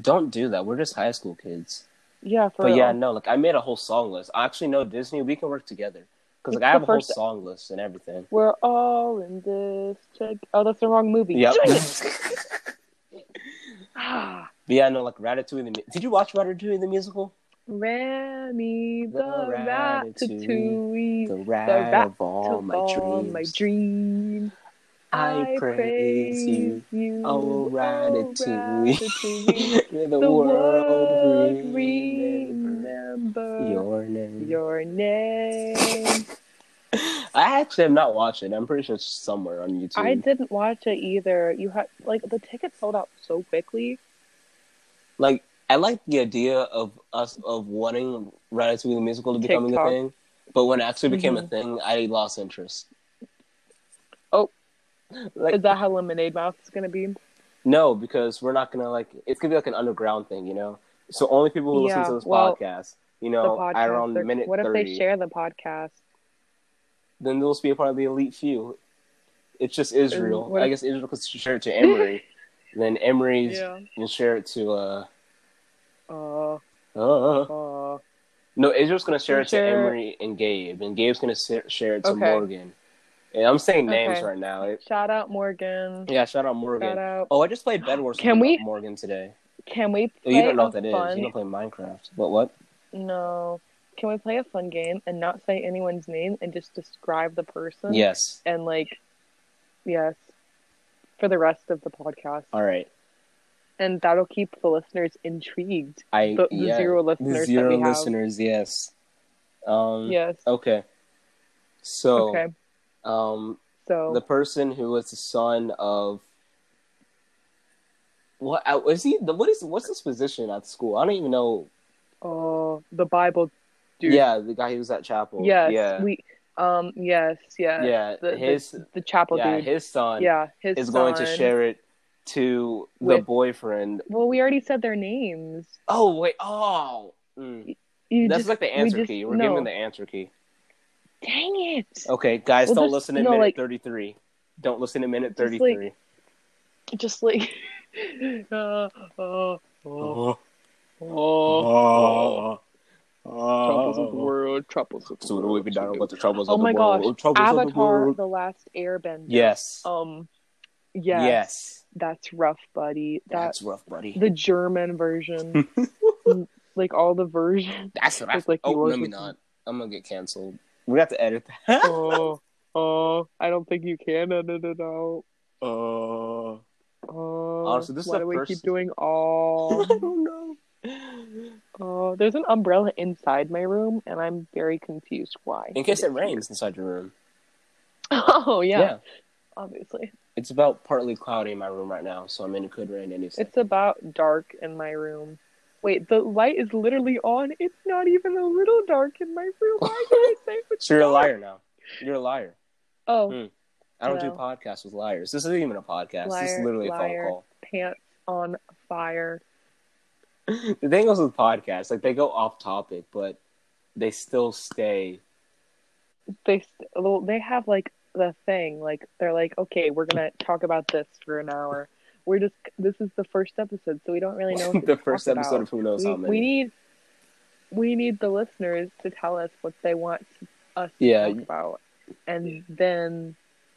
[SPEAKER 1] don't do that. We're just high school kids.
[SPEAKER 2] yeah, for
[SPEAKER 1] but yeah,
[SPEAKER 2] real.
[SPEAKER 1] no, like I made a whole song list. I actually know Disney. We can work together because
[SPEAKER 2] It's
[SPEAKER 1] like I have
[SPEAKER 2] the
[SPEAKER 1] a whole
[SPEAKER 2] first-
[SPEAKER 1] song list and everything.
[SPEAKER 2] we're all in this. Check. Oh, that's the wrong movie.
[SPEAKER 1] Yep.
[SPEAKER 2] Dang it!
[SPEAKER 1] but
[SPEAKER 2] Ah,
[SPEAKER 1] yeah, no, like Ratatouille. The mu- Did you watch Ratatouille the musical?
[SPEAKER 2] Remy the,
[SPEAKER 1] The
[SPEAKER 2] Ratatouille.
[SPEAKER 1] The
[SPEAKER 2] The
[SPEAKER 1] rat,
[SPEAKER 2] rat
[SPEAKER 1] of all
[SPEAKER 2] took
[SPEAKER 1] my
[SPEAKER 2] all
[SPEAKER 1] dreams.
[SPEAKER 2] my dreams.
[SPEAKER 1] I praise you.
[SPEAKER 2] you.
[SPEAKER 1] Oh, Ratatouille.
[SPEAKER 2] Ratatouille.
[SPEAKER 1] the,
[SPEAKER 2] the
[SPEAKER 1] world
[SPEAKER 2] world
[SPEAKER 1] remembers
[SPEAKER 2] remember
[SPEAKER 1] your name.
[SPEAKER 2] your name.
[SPEAKER 1] I actually am not watching. I'm pretty sure it's somewhere on YouTube.
[SPEAKER 2] I didn't watch it either. You had like the ticket sold out so quickly.
[SPEAKER 1] like I like the idea of us of wanting Ratatouille the musical to becoming
[SPEAKER 2] TikTok.
[SPEAKER 1] a thing, but when it actually became a
[SPEAKER 2] Mhm.
[SPEAKER 1] thing, I lost interest.
[SPEAKER 2] Oh.
[SPEAKER 1] like
[SPEAKER 2] Is that how Lemonade Mouth is gonna be?
[SPEAKER 1] no, because we're not gonna like it's gonna be like an underground thing, you know. So only people who
[SPEAKER 2] Yeah,
[SPEAKER 1] listen to this
[SPEAKER 2] well,
[SPEAKER 1] podcast, you
[SPEAKER 2] the
[SPEAKER 1] know,
[SPEAKER 2] podcast.
[SPEAKER 1] are around
[SPEAKER 2] they're-
[SPEAKER 1] minute
[SPEAKER 2] what if
[SPEAKER 1] thirty,
[SPEAKER 2] they share the podcast?
[SPEAKER 1] then they'll be a part of the elite few. It's just Israel.
[SPEAKER 2] what
[SPEAKER 1] I
[SPEAKER 2] if-
[SPEAKER 1] guess Israel could share it to Emery, then Emery's
[SPEAKER 2] Yeah.
[SPEAKER 1] will share it to uh.
[SPEAKER 2] Uh,
[SPEAKER 1] uh
[SPEAKER 2] uh,
[SPEAKER 1] No, Israel's gonna share it to
[SPEAKER 2] Share-
[SPEAKER 1] Emery and Gabe, and Gabe's gonna sa- share it to
[SPEAKER 2] Okay.
[SPEAKER 1] Morgan. And I'm saying names
[SPEAKER 2] Okay.
[SPEAKER 1] right now. It-
[SPEAKER 2] shout out Morgan.
[SPEAKER 1] yeah, shout out Morgan.
[SPEAKER 2] Shout out.
[SPEAKER 1] Oh, I just played Bed Wars.
[SPEAKER 2] Can
[SPEAKER 1] with
[SPEAKER 2] we-
[SPEAKER 1] Morgan today?
[SPEAKER 2] Can we
[SPEAKER 1] Oh,
[SPEAKER 2] play
[SPEAKER 1] you don't know
[SPEAKER 2] a
[SPEAKER 1] what that is.
[SPEAKER 2] fun?
[SPEAKER 1] You don't play Minecraft. What? What?
[SPEAKER 2] No. Can we play a fun game and not say anyone's name and just describe the person?
[SPEAKER 1] Yes.
[SPEAKER 2] And like, yes, for the rest of the podcast,
[SPEAKER 1] All right.
[SPEAKER 2] and that'll keep the listeners intrigued.
[SPEAKER 1] I
[SPEAKER 2] The, the
[SPEAKER 1] yeah.
[SPEAKER 2] zero
[SPEAKER 1] The
[SPEAKER 2] listeners
[SPEAKER 1] zero
[SPEAKER 2] that we
[SPEAKER 1] listeners. Yes. Um.
[SPEAKER 2] have. Yes.
[SPEAKER 1] Okay. So,
[SPEAKER 2] okay.
[SPEAKER 1] um,
[SPEAKER 2] So
[SPEAKER 1] the person who was the son of what I- is he? the- What is what's his position at school? I don't even know.
[SPEAKER 2] Oh, the Bible, dude.
[SPEAKER 1] Yeah, the guy who was at chapel.
[SPEAKER 2] Yes.
[SPEAKER 1] Yeah.
[SPEAKER 2] We. Um. Yes. Yes.
[SPEAKER 1] yeah,
[SPEAKER 2] The,
[SPEAKER 1] his
[SPEAKER 2] the, the chapel
[SPEAKER 1] yeah,
[SPEAKER 2] dude.
[SPEAKER 1] his son
[SPEAKER 2] yeah. His
[SPEAKER 1] is going to
[SPEAKER 2] son.
[SPEAKER 1] share it to the
[SPEAKER 2] With-
[SPEAKER 1] boyfriend.
[SPEAKER 2] Well, we already said their names.
[SPEAKER 1] Oh wait, oh, Mm.
[SPEAKER 2] You
[SPEAKER 1] that's
[SPEAKER 2] just
[SPEAKER 1] like the answer
[SPEAKER 2] just-
[SPEAKER 1] key. We're
[SPEAKER 2] no.
[SPEAKER 1] giving the Oh. answer key.
[SPEAKER 2] dang it.
[SPEAKER 1] Okay, guys,
[SPEAKER 2] Well,
[SPEAKER 1] don't
[SPEAKER 2] just-
[SPEAKER 1] listen at
[SPEAKER 2] no,
[SPEAKER 1] minute
[SPEAKER 2] like-
[SPEAKER 1] thirty-three. Don't listen at minute
[SPEAKER 2] Just, like,
[SPEAKER 1] thirty-three.
[SPEAKER 2] Just like. uh, uh, oh,
[SPEAKER 1] Oh, oh,
[SPEAKER 2] oh, troubles of the
[SPEAKER 1] oh.
[SPEAKER 2] world. Troubles of the
[SPEAKER 1] So
[SPEAKER 2] world.
[SPEAKER 1] do we be down about the troubles
[SPEAKER 2] Oh
[SPEAKER 1] of the
[SPEAKER 2] my
[SPEAKER 1] world?
[SPEAKER 2] gosh,
[SPEAKER 1] troubles of the
[SPEAKER 2] Avatar:
[SPEAKER 1] world.
[SPEAKER 2] The Last Airbender.
[SPEAKER 1] Yes.
[SPEAKER 2] Um.
[SPEAKER 1] yes,
[SPEAKER 2] Yes. That's rough, buddy. That's
[SPEAKER 1] That's rough, buddy.
[SPEAKER 2] the German version. like all the versions.
[SPEAKER 1] That's rough.
[SPEAKER 2] It's like
[SPEAKER 1] oh,
[SPEAKER 2] you work
[SPEAKER 1] let me
[SPEAKER 2] with-
[SPEAKER 1] not. I'm gonna get canceled. We have to edit that.
[SPEAKER 2] oh, oh, I don't think you can edit it out.
[SPEAKER 1] Oh.
[SPEAKER 2] Oh,
[SPEAKER 1] Honestly, this is
[SPEAKER 2] why
[SPEAKER 1] the
[SPEAKER 2] do we keep
[SPEAKER 1] first-
[SPEAKER 2] doing all?
[SPEAKER 1] I don't know.
[SPEAKER 2] oh, there's an umbrella inside my room, and I'm very confused why.
[SPEAKER 1] In case it rains inside your room.
[SPEAKER 2] Oh yeah, obviously.
[SPEAKER 1] It's about partly cloudy in my room right now, so I mean it could rain any second.
[SPEAKER 2] It's about dark in my room. Wait, the light is literally on. It's not even a little dark in my room. Why did I say it's
[SPEAKER 1] So you're a
[SPEAKER 2] dark?
[SPEAKER 1] liar now. You're a liar.
[SPEAKER 2] Oh,
[SPEAKER 1] Mm. I don't do
[SPEAKER 2] Well.
[SPEAKER 1] podcasts with liars. This isn't even a podcast. this
[SPEAKER 2] Liar,
[SPEAKER 1] is literally a
[SPEAKER 2] liar.
[SPEAKER 1] phone call.
[SPEAKER 2] pants on fire.
[SPEAKER 1] The thing is with podcasts, like they go off topic, but they still stay.
[SPEAKER 2] They st- well, they have like the thing. Like they're like, okay, we're gonna talk about this for an hour. We're just this is the first episode, so we don't really know.
[SPEAKER 1] the first episode of Who Knows
[SPEAKER 2] we,
[SPEAKER 1] How Many.
[SPEAKER 2] we need we need the listeners to tell us what they want us to
[SPEAKER 1] Yeah.
[SPEAKER 2] talk about, and then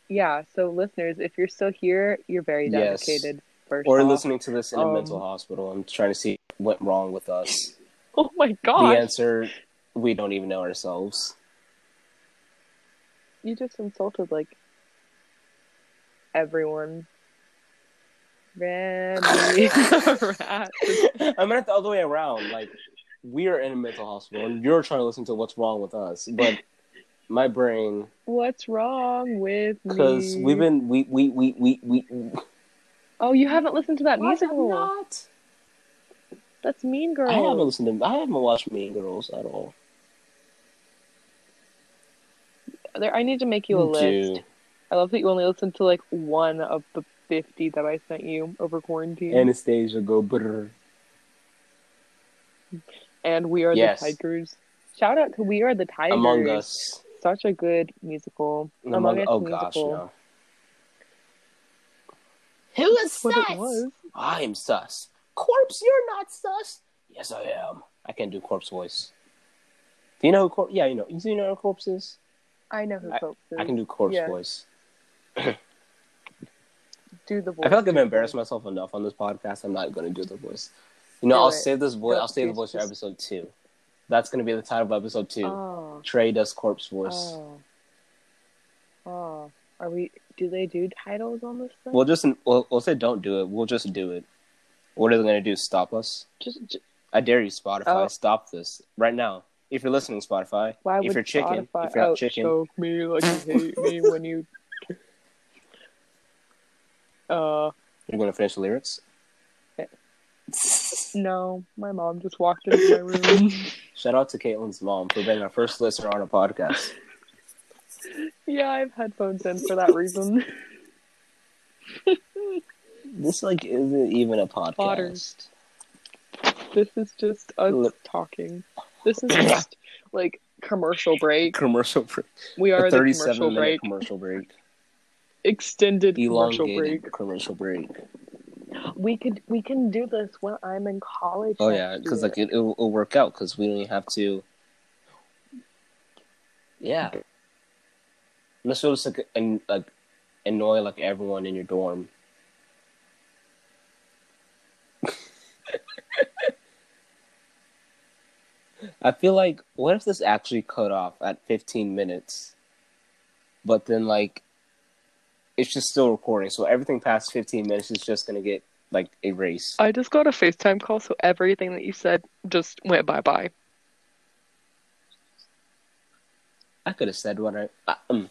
[SPEAKER 2] yeah. So listeners, if you're still here, you're very
[SPEAKER 1] Yes.
[SPEAKER 2] dedicated. First
[SPEAKER 1] or
[SPEAKER 2] off.
[SPEAKER 1] listening to this in a
[SPEAKER 2] Um,
[SPEAKER 1] mental hospital and trying to see what went wrong with us.
[SPEAKER 2] Oh my
[SPEAKER 1] The
[SPEAKER 2] god!
[SPEAKER 1] answer we don't even know ourselves.
[SPEAKER 2] You just insulted like everyone. Remy, rat.
[SPEAKER 1] I meant it the other way around. Like we are in a mental hospital and you're trying to listen to what's wrong with us, but my brain
[SPEAKER 2] What's wrong with me?
[SPEAKER 1] because we've been we we we we we.
[SPEAKER 2] Oh, you haven't listened to that
[SPEAKER 1] Why have
[SPEAKER 2] musical?
[SPEAKER 1] not?
[SPEAKER 2] That's Mean Girls.
[SPEAKER 1] I haven't listened to. I haven't watched Mean Girls at all.
[SPEAKER 2] There, I need to make you a list.
[SPEAKER 1] Dude.
[SPEAKER 2] I love that you only listened to like one of the fifty that I sent you over quarantine. And,
[SPEAKER 1] Anastasia go brr.
[SPEAKER 2] we are
[SPEAKER 1] Yes.
[SPEAKER 2] the Tigers. Shout out to We Are the Tigers.
[SPEAKER 1] Among Us.
[SPEAKER 2] Such a good musical.
[SPEAKER 1] Among, oh gosh,
[SPEAKER 2] musical.
[SPEAKER 1] no. Who is
[SPEAKER 2] What it was.
[SPEAKER 1] I am sus. Corpse, you're not sus. Yes, I am. I can't do corpse voice. Do you know who corpse? Yeah, you know. Do you know who corpse is?
[SPEAKER 2] I know who Phelps is.
[SPEAKER 1] I can do corpse
[SPEAKER 2] Yeah.
[SPEAKER 1] voice.
[SPEAKER 2] do the voice.
[SPEAKER 1] I feel like I've embarrassed myself enough on this podcast. I'm not going to do the voice. You know,
[SPEAKER 2] Do
[SPEAKER 1] I'll
[SPEAKER 2] it.
[SPEAKER 1] save this voice.
[SPEAKER 2] Go-
[SPEAKER 1] I'll save the
[SPEAKER 2] please
[SPEAKER 1] voice for
[SPEAKER 2] just-
[SPEAKER 1] episode two. That's going to be the title of episode two.
[SPEAKER 2] Oh,
[SPEAKER 1] Trey does corpse voice.
[SPEAKER 2] oh, oh. Are we? Do they do titles on this thing?
[SPEAKER 1] We'll just we'll, we'll say don't do it. We'll just do it. What are they going to do? Stop us?
[SPEAKER 2] Just, ju-
[SPEAKER 1] I dare you, Spotify.
[SPEAKER 2] Oh.
[SPEAKER 1] Stop this right now. If you're listening, Spotify.
[SPEAKER 2] why
[SPEAKER 1] if
[SPEAKER 2] would
[SPEAKER 1] you're chicken,
[SPEAKER 2] Spotify
[SPEAKER 1] if you're not
[SPEAKER 2] oh,
[SPEAKER 1] chicken,
[SPEAKER 2] choke me like you hate me when you? Uh,
[SPEAKER 1] you're going to finish the lyrics.
[SPEAKER 2] no. My mom just walked into my room.
[SPEAKER 1] Shout out to Caitlin's mom for being our first listener on a podcast.
[SPEAKER 2] yeah, I have headphones in for that reason.
[SPEAKER 1] This like isn't even a podcast.
[SPEAKER 2] Otters. This is just us
[SPEAKER 1] Look.
[SPEAKER 2] talking. This is just like commercial break.
[SPEAKER 1] Commercial break.
[SPEAKER 2] We are
[SPEAKER 1] a
[SPEAKER 2] the
[SPEAKER 1] 37
[SPEAKER 2] commercial
[SPEAKER 1] minute
[SPEAKER 2] break.
[SPEAKER 1] commercial break.
[SPEAKER 2] extended commercial
[SPEAKER 1] Elongated
[SPEAKER 2] break.
[SPEAKER 1] commercial break.
[SPEAKER 2] We could we can do this when I'm in college.
[SPEAKER 1] Oh
[SPEAKER 2] next
[SPEAKER 1] yeah, because
[SPEAKER 2] year.
[SPEAKER 1] like it, it'll, it'll work out because we only have to. Yeah. Let's just like, an, like annoy like everyone in your dorm. I feel like what if this actually cut off at 15 minutes, but then like it's just still recording, so everything past 15 minutes is just gonna get like erased.
[SPEAKER 2] I just got a FaceTime call, so everything that you said just went bye bye.
[SPEAKER 1] I could have said what I. Uh, um,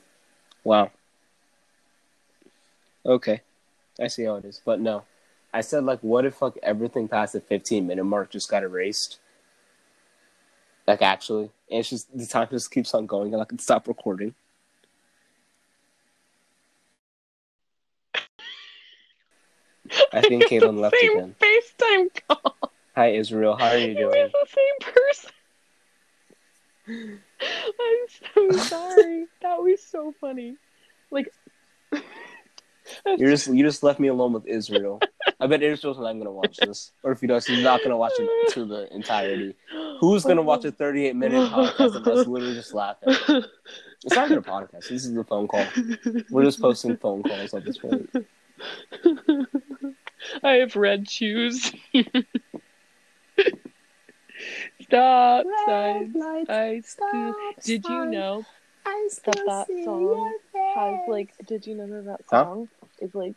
[SPEAKER 1] wow. Okay, I see how it is, but no, I said like, what if like everything past the fifteen minute mark just got erased? Like actually, and it's just the time just keeps on going, and I can stop recording. I think Caitlin left
[SPEAKER 2] same
[SPEAKER 1] again.
[SPEAKER 2] FaceTime call.
[SPEAKER 1] Hi Israel, how are you
[SPEAKER 2] It was
[SPEAKER 1] doing?
[SPEAKER 2] the same person. I'm so sorry. that was so funny. Like
[SPEAKER 1] You just you just left me alone with Israel. I bet Israel's not gonna watch this, or if he does, he's not gonna watch it to the entirety. Who's gonna watch a 38 minute podcast of us literally just laughing?
[SPEAKER 2] Um,
[SPEAKER 1] It's not even a podcast. This is a phone call. We're just posting phone calls at this point.
[SPEAKER 2] I have red shoes. Stop sign. I still. Did you know that that song has like? Did you know that that
[SPEAKER 1] Huh?
[SPEAKER 2] song is like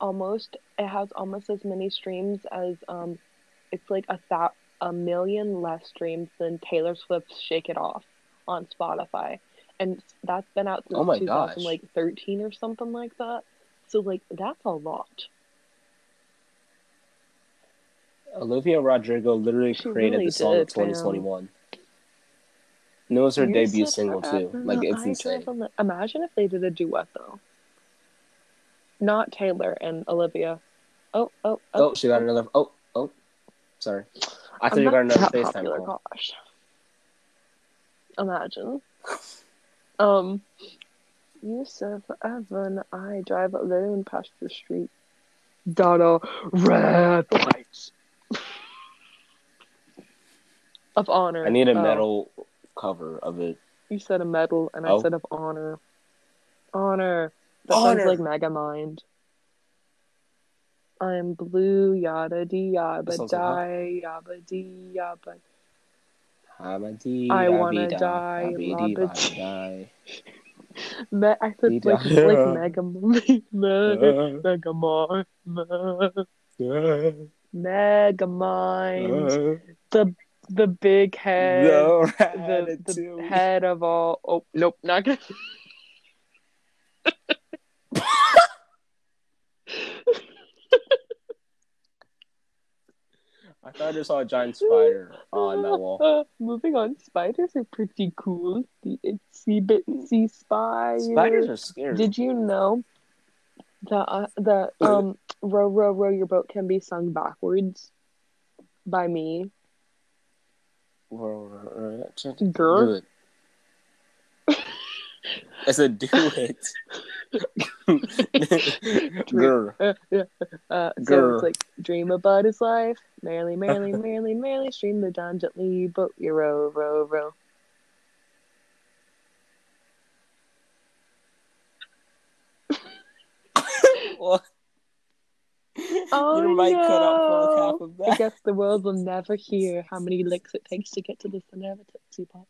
[SPEAKER 2] almost? It has almost as many streams as um, it's like a thou- a million less streams than Taylor Swift's "Shake It Off" on Spotify, and that's been out since
[SPEAKER 1] Oh my gosh.
[SPEAKER 2] 2000, like 13 or something like that. So like that's a lot.
[SPEAKER 1] Olivia Rodrigo literally
[SPEAKER 2] She
[SPEAKER 1] created
[SPEAKER 2] really
[SPEAKER 1] the song in
[SPEAKER 2] did, man.
[SPEAKER 1] 2021. And it was her
[SPEAKER 2] You're
[SPEAKER 1] debut
[SPEAKER 2] such
[SPEAKER 1] single
[SPEAKER 2] a-
[SPEAKER 1] too. Like it's
[SPEAKER 2] I
[SPEAKER 1] insane.
[SPEAKER 2] drive on the- imagine if they did a duet though. Not Taylor and Olivia. Oh, oh, oh.
[SPEAKER 1] Oh, she got another. Oh, oh, sorry. I
[SPEAKER 2] I'm
[SPEAKER 1] thought you
[SPEAKER 2] not
[SPEAKER 1] got another
[SPEAKER 2] that
[SPEAKER 1] FaceTime
[SPEAKER 2] popular,
[SPEAKER 1] call.
[SPEAKER 2] Gosh. Imagine. Um, you serve forever and I drive alone past the street. Donna red lights of honor.
[SPEAKER 1] I need a
[SPEAKER 2] Oh,
[SPEAKER 1] metal cover of it.
[SPEAKER 2] you said a medal, and
[SPEAKER 1] Oh.
[SPEAKER 2] I said of honor. Honor. That
[SPEAKER 1] Honor.
[SPEAKER 2] sounds like Megamind. I'm blue, yada dee
[SPEAKER 1] That
[SPEAKER 2] yabba
[SPEAKER 1] sounds like her.
[SPEAKER 2] die, yabba dee yabba.
[SPEAKER 1] Hamadi,
[SPEAKER 2] I
[SPEAKER 1] rabbi,
[SPEAKER 2] wanna
[SPEAKER 1] die,
[SPEAKER 2] die,
[SPEAKER 1] rabbi,
[SPEAKER 2] rabbi,
[SPEAKER 1] rabbi, die.
[SPEAKER 2] Me- I said
[SPEAKER 1] Dee
[SPEAKER 2] like,
[SPEAKER 1] da.
[SPEAKER 2] like Megamind. Mega, Megamind. Me-
[SPEAKER 1] Uh,
[SPEAKER 2] Megamind. The the big head.
[SPEAKER 1] The
[SPEAKER 2] the, the
[SPEAKER 1] ratatouille.
[SPEAKER 2] head of all. Oh nope, not gonna.
[SPEAKER 1] I thought I saw a giant spider on that wall.
[SPEAKER 2] Uh, moving on, spiders are pretty cool. The itsy bitsy spider.
[SPEAKER 1] Spiders are scary.
[SPEAKER 2] Did you know that uh, the um row row row your boat can be sung backwards by me?
[SPEAKER 1] Do
[SPEAKER 2] Girl,
[SPEAKER 1] it. I said, do it. Grr.
[SPEAKER 2] uh, yeah. uh, so
[SPEAKER 1] Grr.
[SPEAKER 2] it's like dream about his life, merrily, merrily, merrily, merrily, stream the dawn gently, boat your row row row.
[SPEAKER 1] Well,
[SPEAKER 2] Oh
[SPEAKER 1] you might
[SPEAKER 2] no.
[SPEAKER 1] cut off like
[SPEAKER 2] I
[SPEAKER 1] half of that.
[SPEAKER 2] guess the world will never hear how many licks it takes to get to the center of a Tootsie Pop.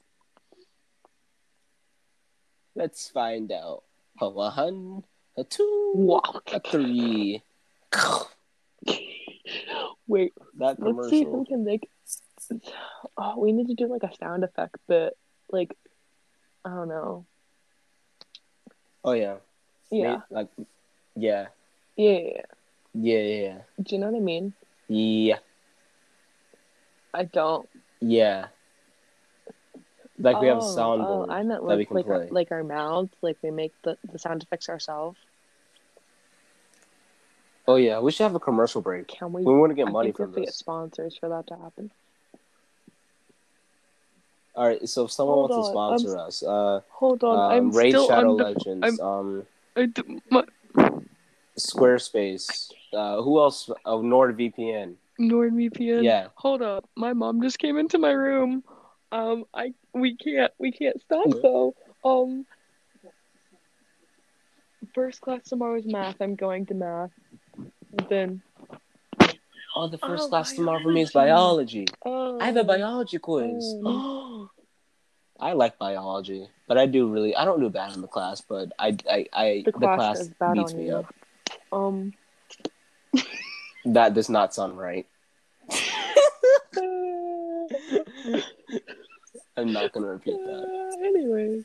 [SPEAKER 1] Let's find out. A one, a two,
[SPEAKER 2] Walk.
[SPEAKER 1] a three.
[SPEAKER 2] Wait,
[SPEAKER 1] That
[SPEAKER 2] let's see if
[SPEAKER 1] commercial.
[SPEAKER 2] we can make. Oh, we need to do like a sound effect, but like, I don't know.
[SPEAKER 1] Oh yeah.
[SPEAKER 2] Yeah,
[SPEAKER 1] May- Like, yeah,
[SPEAKER 2] yeah, yeah, yeah.
[SPEAKER 1] yeah, yeah,
[SPEAKER 2] Do you know what I mean?
[SPEAKER 1] yeah,
[SPEAKER 2] I don't.
[SPEAKER 1] yeah. Like we have a
[SPEAKER 2] Oh,
[SPEAKER 1] soundboard
[SPEAKER 2] Oh, I meant
[SPEAKER 1] that we
[SPEAKER 2] like
[SPEAKER 1] can
[SPEAKER 2] like our,
[SPEAKER 1] play.
[SPEAKER 2] like our mouths, like we make the, the sound effects ourselves.
[SPEAKER 1] oh yeah, we should have a commercial break.
[SPEAKER 2] Can we?
[SPEAKER 1] We want to
[SPEAKER 2] I
[SPEAKER 1] get money
[SPEAKER 2] think we
[SPEAKER 1] from
[SPEAKER 2] have to get
[SPEAKER 1] this.
[SPEAKER 2] sponsors for that to happen.
[SPEAKER 1] All right, so if someone
[SPEAKER 2] Hold
[SPEAKER 1] wants to
[SPEAKER 2] on, I'm
[SPEAKER 1] sponsor us, uh,
[SPEAKER 2] Hold on,
[SPEAKER 1] um,
[SPEAKER 2] I'm
[SPEAKER 1] Raid
[SPEAKER 2] still
[SPEAKER 1] Shadow
[SPEAKER 2] under.
[SPEAKER 1] Legends, um,
[SPEAKER 2] I d- my-
[SPEAKER 1] Squarespace, uh, who else? Oh, NordVPN.
[SPEAKER 2] NordVPN.
[SPEAKER 1] Yeah.
[SPEAKER 2] Hold up, my mom just came into my room. Um, I we can't we can't stop
[SPEAKER 1] Yeah.
[SPEAKER 2] though. Um, first class tomorrow's math. I'm going to math. Then
[SPEAKER 1] Oh, the first
[SPEAKER 2] Oh,
[SPEAKER 1] class tomorrow for me is
[SPEAKER 2] biology.
[SPEAKER 1] biology.
[SPEAKER 2] oh,
[SPEAKER 1] I have a biology quiz.
[SPEAKER 2] Oh,
[SPEAKER 1] I like biology, but I do really I don't do bad in the class, but I I, I
[SPEAKER 2] the class,
[SPEAKER 1] class
[SPEAKER 2] is bad
[SPEAKER 1] beats
[SPEAKER 2] on
[SPEAKER 1] me
[SPEAKER 2] you.
[SPEAKER 1] up.
[SPEAKER 2] Um,
[SPEAKER 1] That does not sound right. I'm not gonna repeat that.
[SPEAKER 2] uh, anyway,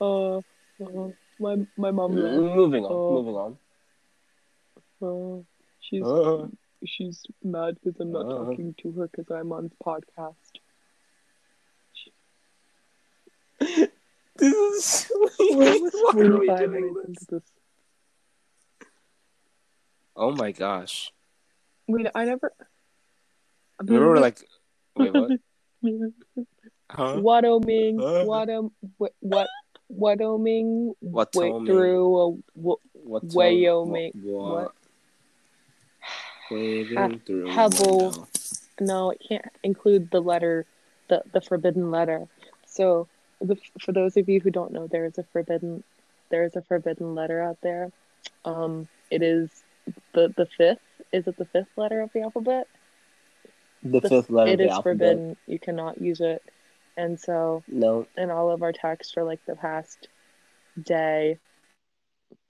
[SPEAKER 2] uh, uh, my my mom left.
[SPEAKER 1] Moving on,
[SPEAKER 2] Oh.
[SPEAKER 1] moving on.
[SPEAKER 2] Uh, she's
[SPEAKER 1] Uh.
[SPEAKER 2] she's mad because I'm not
[SPEAKER 1] Uh.
[SPEAKER 2] talking to her because I'm on podcast.
[SPEAKER 1] This is
[SPEAKER 2] We're
[SPEAKER 1] silly.
[SPEAKER 2] almost 45 minutes into this.
[SPEAKER 1] Oh my gosh.
[SPEAKER 2] Wait, I never.
[SPEAKER 1] We were like wait what? Huh? Uh-huh.
[SPEAKER 2] Wyoming,
[SPEAKER 1] Huh?
[SPEAKER 2] Wyoming, what, Wyoming,
[SPEAKER 1] Wyoming.
[SPEAKER 2] wait through a wo-
[SPEAKER 1] What's
[SPEAKER 2] Wyoming.
[SPEAKER 1] What? Wading
[SPEAKER 2] Ha-
[SPEAKER 1] through a
[SPEAKER 2] Ah, Hubble.
[SPEAKER 1] window.
[SPEAKER 2] no, it can't include the letter, the the forbidden letter. So, the, for those of you who don't know, there is a forbidden, there is a forbidden letter out there. Um, it is the the fifth. Is it the fifth letter of the alphabet?
[SPEAKER 1] The
[SPEAKER 2] The-
[SPEAKER 1] fifth letter of
[SPEAKER 2] It
[SPEAKER 1] the
[SPEAKER 2] is
[SPEAKER 1] alphabet.
[SPEAKER 2] forbidden. You cannot use it, and so
[SPEAKER 1] No.
[SPEAKER 2] in all of our texts for like the past day.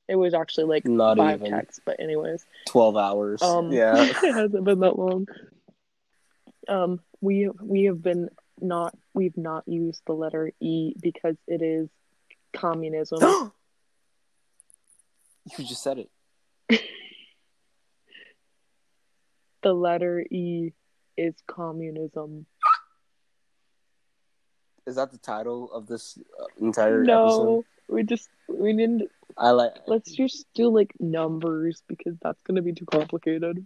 [SPEAKER 2] It was actually like
[SPEAKER 1] Not
[SPEAKER 2] five
[SPEAKER 1] even.
[SPEAKER 2] texts, but anyways,
[SPEAKER 1] 12 hours.
[SPEAKER 2] um,
[SPEAKER 1] yeah.
[SPEAKER 2] it hasn't been that long. Um, we we have been not we've not used the letter E because it is communism.
[SPEAKER 1] you just said it.
[SPEAKER 2] the letter E is communism.
[SPEAKER 1] Is that the title of this uh, entire episode?
[SPEAKER 2] No, we just we didn't.
[SPEAKER 1] I like.
[SPEAKER 2] Let's just do like numbers because that's gonna be too complicated.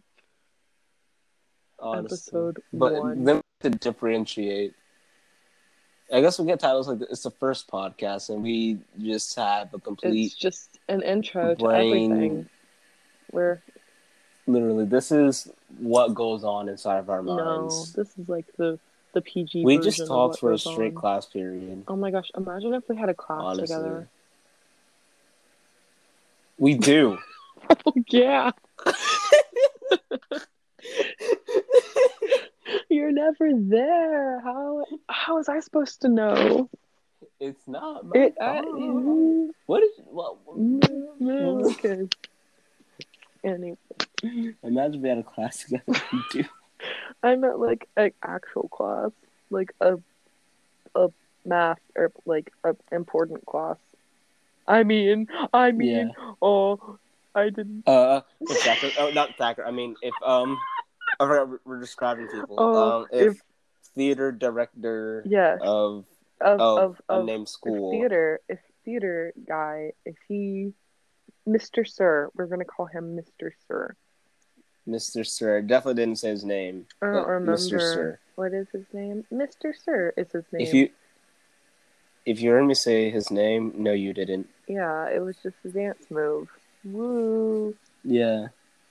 [SPEAKER 1] honestly.
[SPEAKER 2] Episode
[SPEAKER 1] But
[SPEAKER 2] one.
[SPEAKER 1] then to differentiate. I guess we get titles like this. it's the first podcast, and we just have a complete
[SPEAKER 2] It's just an intro to
[SPEAKER 1] brain-
[SPEAKER 2] everything. We're
[SPEAKER 1] literally, this is what goes on inside of our
[SPEAKER 2] No,
[SPEAKER 1] minds.
[SPEAKER 2] this is like the the PG.
[SPEAKER 1] we just
[SPEAKER 2] version of
[SPEAKER 1] talked
[SPEAKER 2] what
[SPEAKER 1] for a
[SPEAKER 2] goes
[SPEAKER 1] straight
[SPEAKER 2] on.
[SPEAKER 1] class period.
[SPEAKER 2] Oh my gosh! Imagine if we had a class
[SPEAKER 1] Honestly,
[SPEAKER 2] together.
[SPEAKER 1] we do.
[SPEAKER 2] Oh yeah, you're never there. How how was I supposed to know?
[SPEAKER 1] it's not. My
[SPEAKER 2] It, I,
[SPEAKER 1] fault. what is? Well,
[SPEAKER 2] Mm, okay. Anyway,
[SPEAKER 1] imagine we had a class together. We do.
[SPEAKER 2] I meant like an actual class, like a a math or like a important class. I mean, I mean, oh, I didn't.
[SPEAKER 1] Uh, if Thacker, oh, not Thacker. I mean, if um, I forgot we're- we're describing people.
[SPEAKER 2] Oh,
[SPEAKER 1] um, if,
[SPEAKER 2] if-
[SPEAKER 1] theater director
[SPEAKER 2] Yeah,
[SPEAKER 1] of of,
[SPEAKER 2] of of of,
[SPEAKER 1] unnamed
[SPEAKER 2] if
[SPEAKER 1] school.
[SPEAKER 2] theater. If theater guy, if he, Mister Sir, we're gonna call him Mister Sir.
[SPEAKER 1] Mr. Sir. Definitely didn't say his name.
[SPEAKER 2] I don't
[SPEAKER 1] but
[SPEAKER 2] remember
[SPEAKER 1] Mr. Oh, Sir.
[SPEAKER 2] what is his name. Mister Sir is his name.
[SPEAKER 1] If you if you heard me say his name, no, you didn't.
[SPEAKER 2] Yeah, it was just a dance move. Woo.
[SPEAKER 1] Yeah.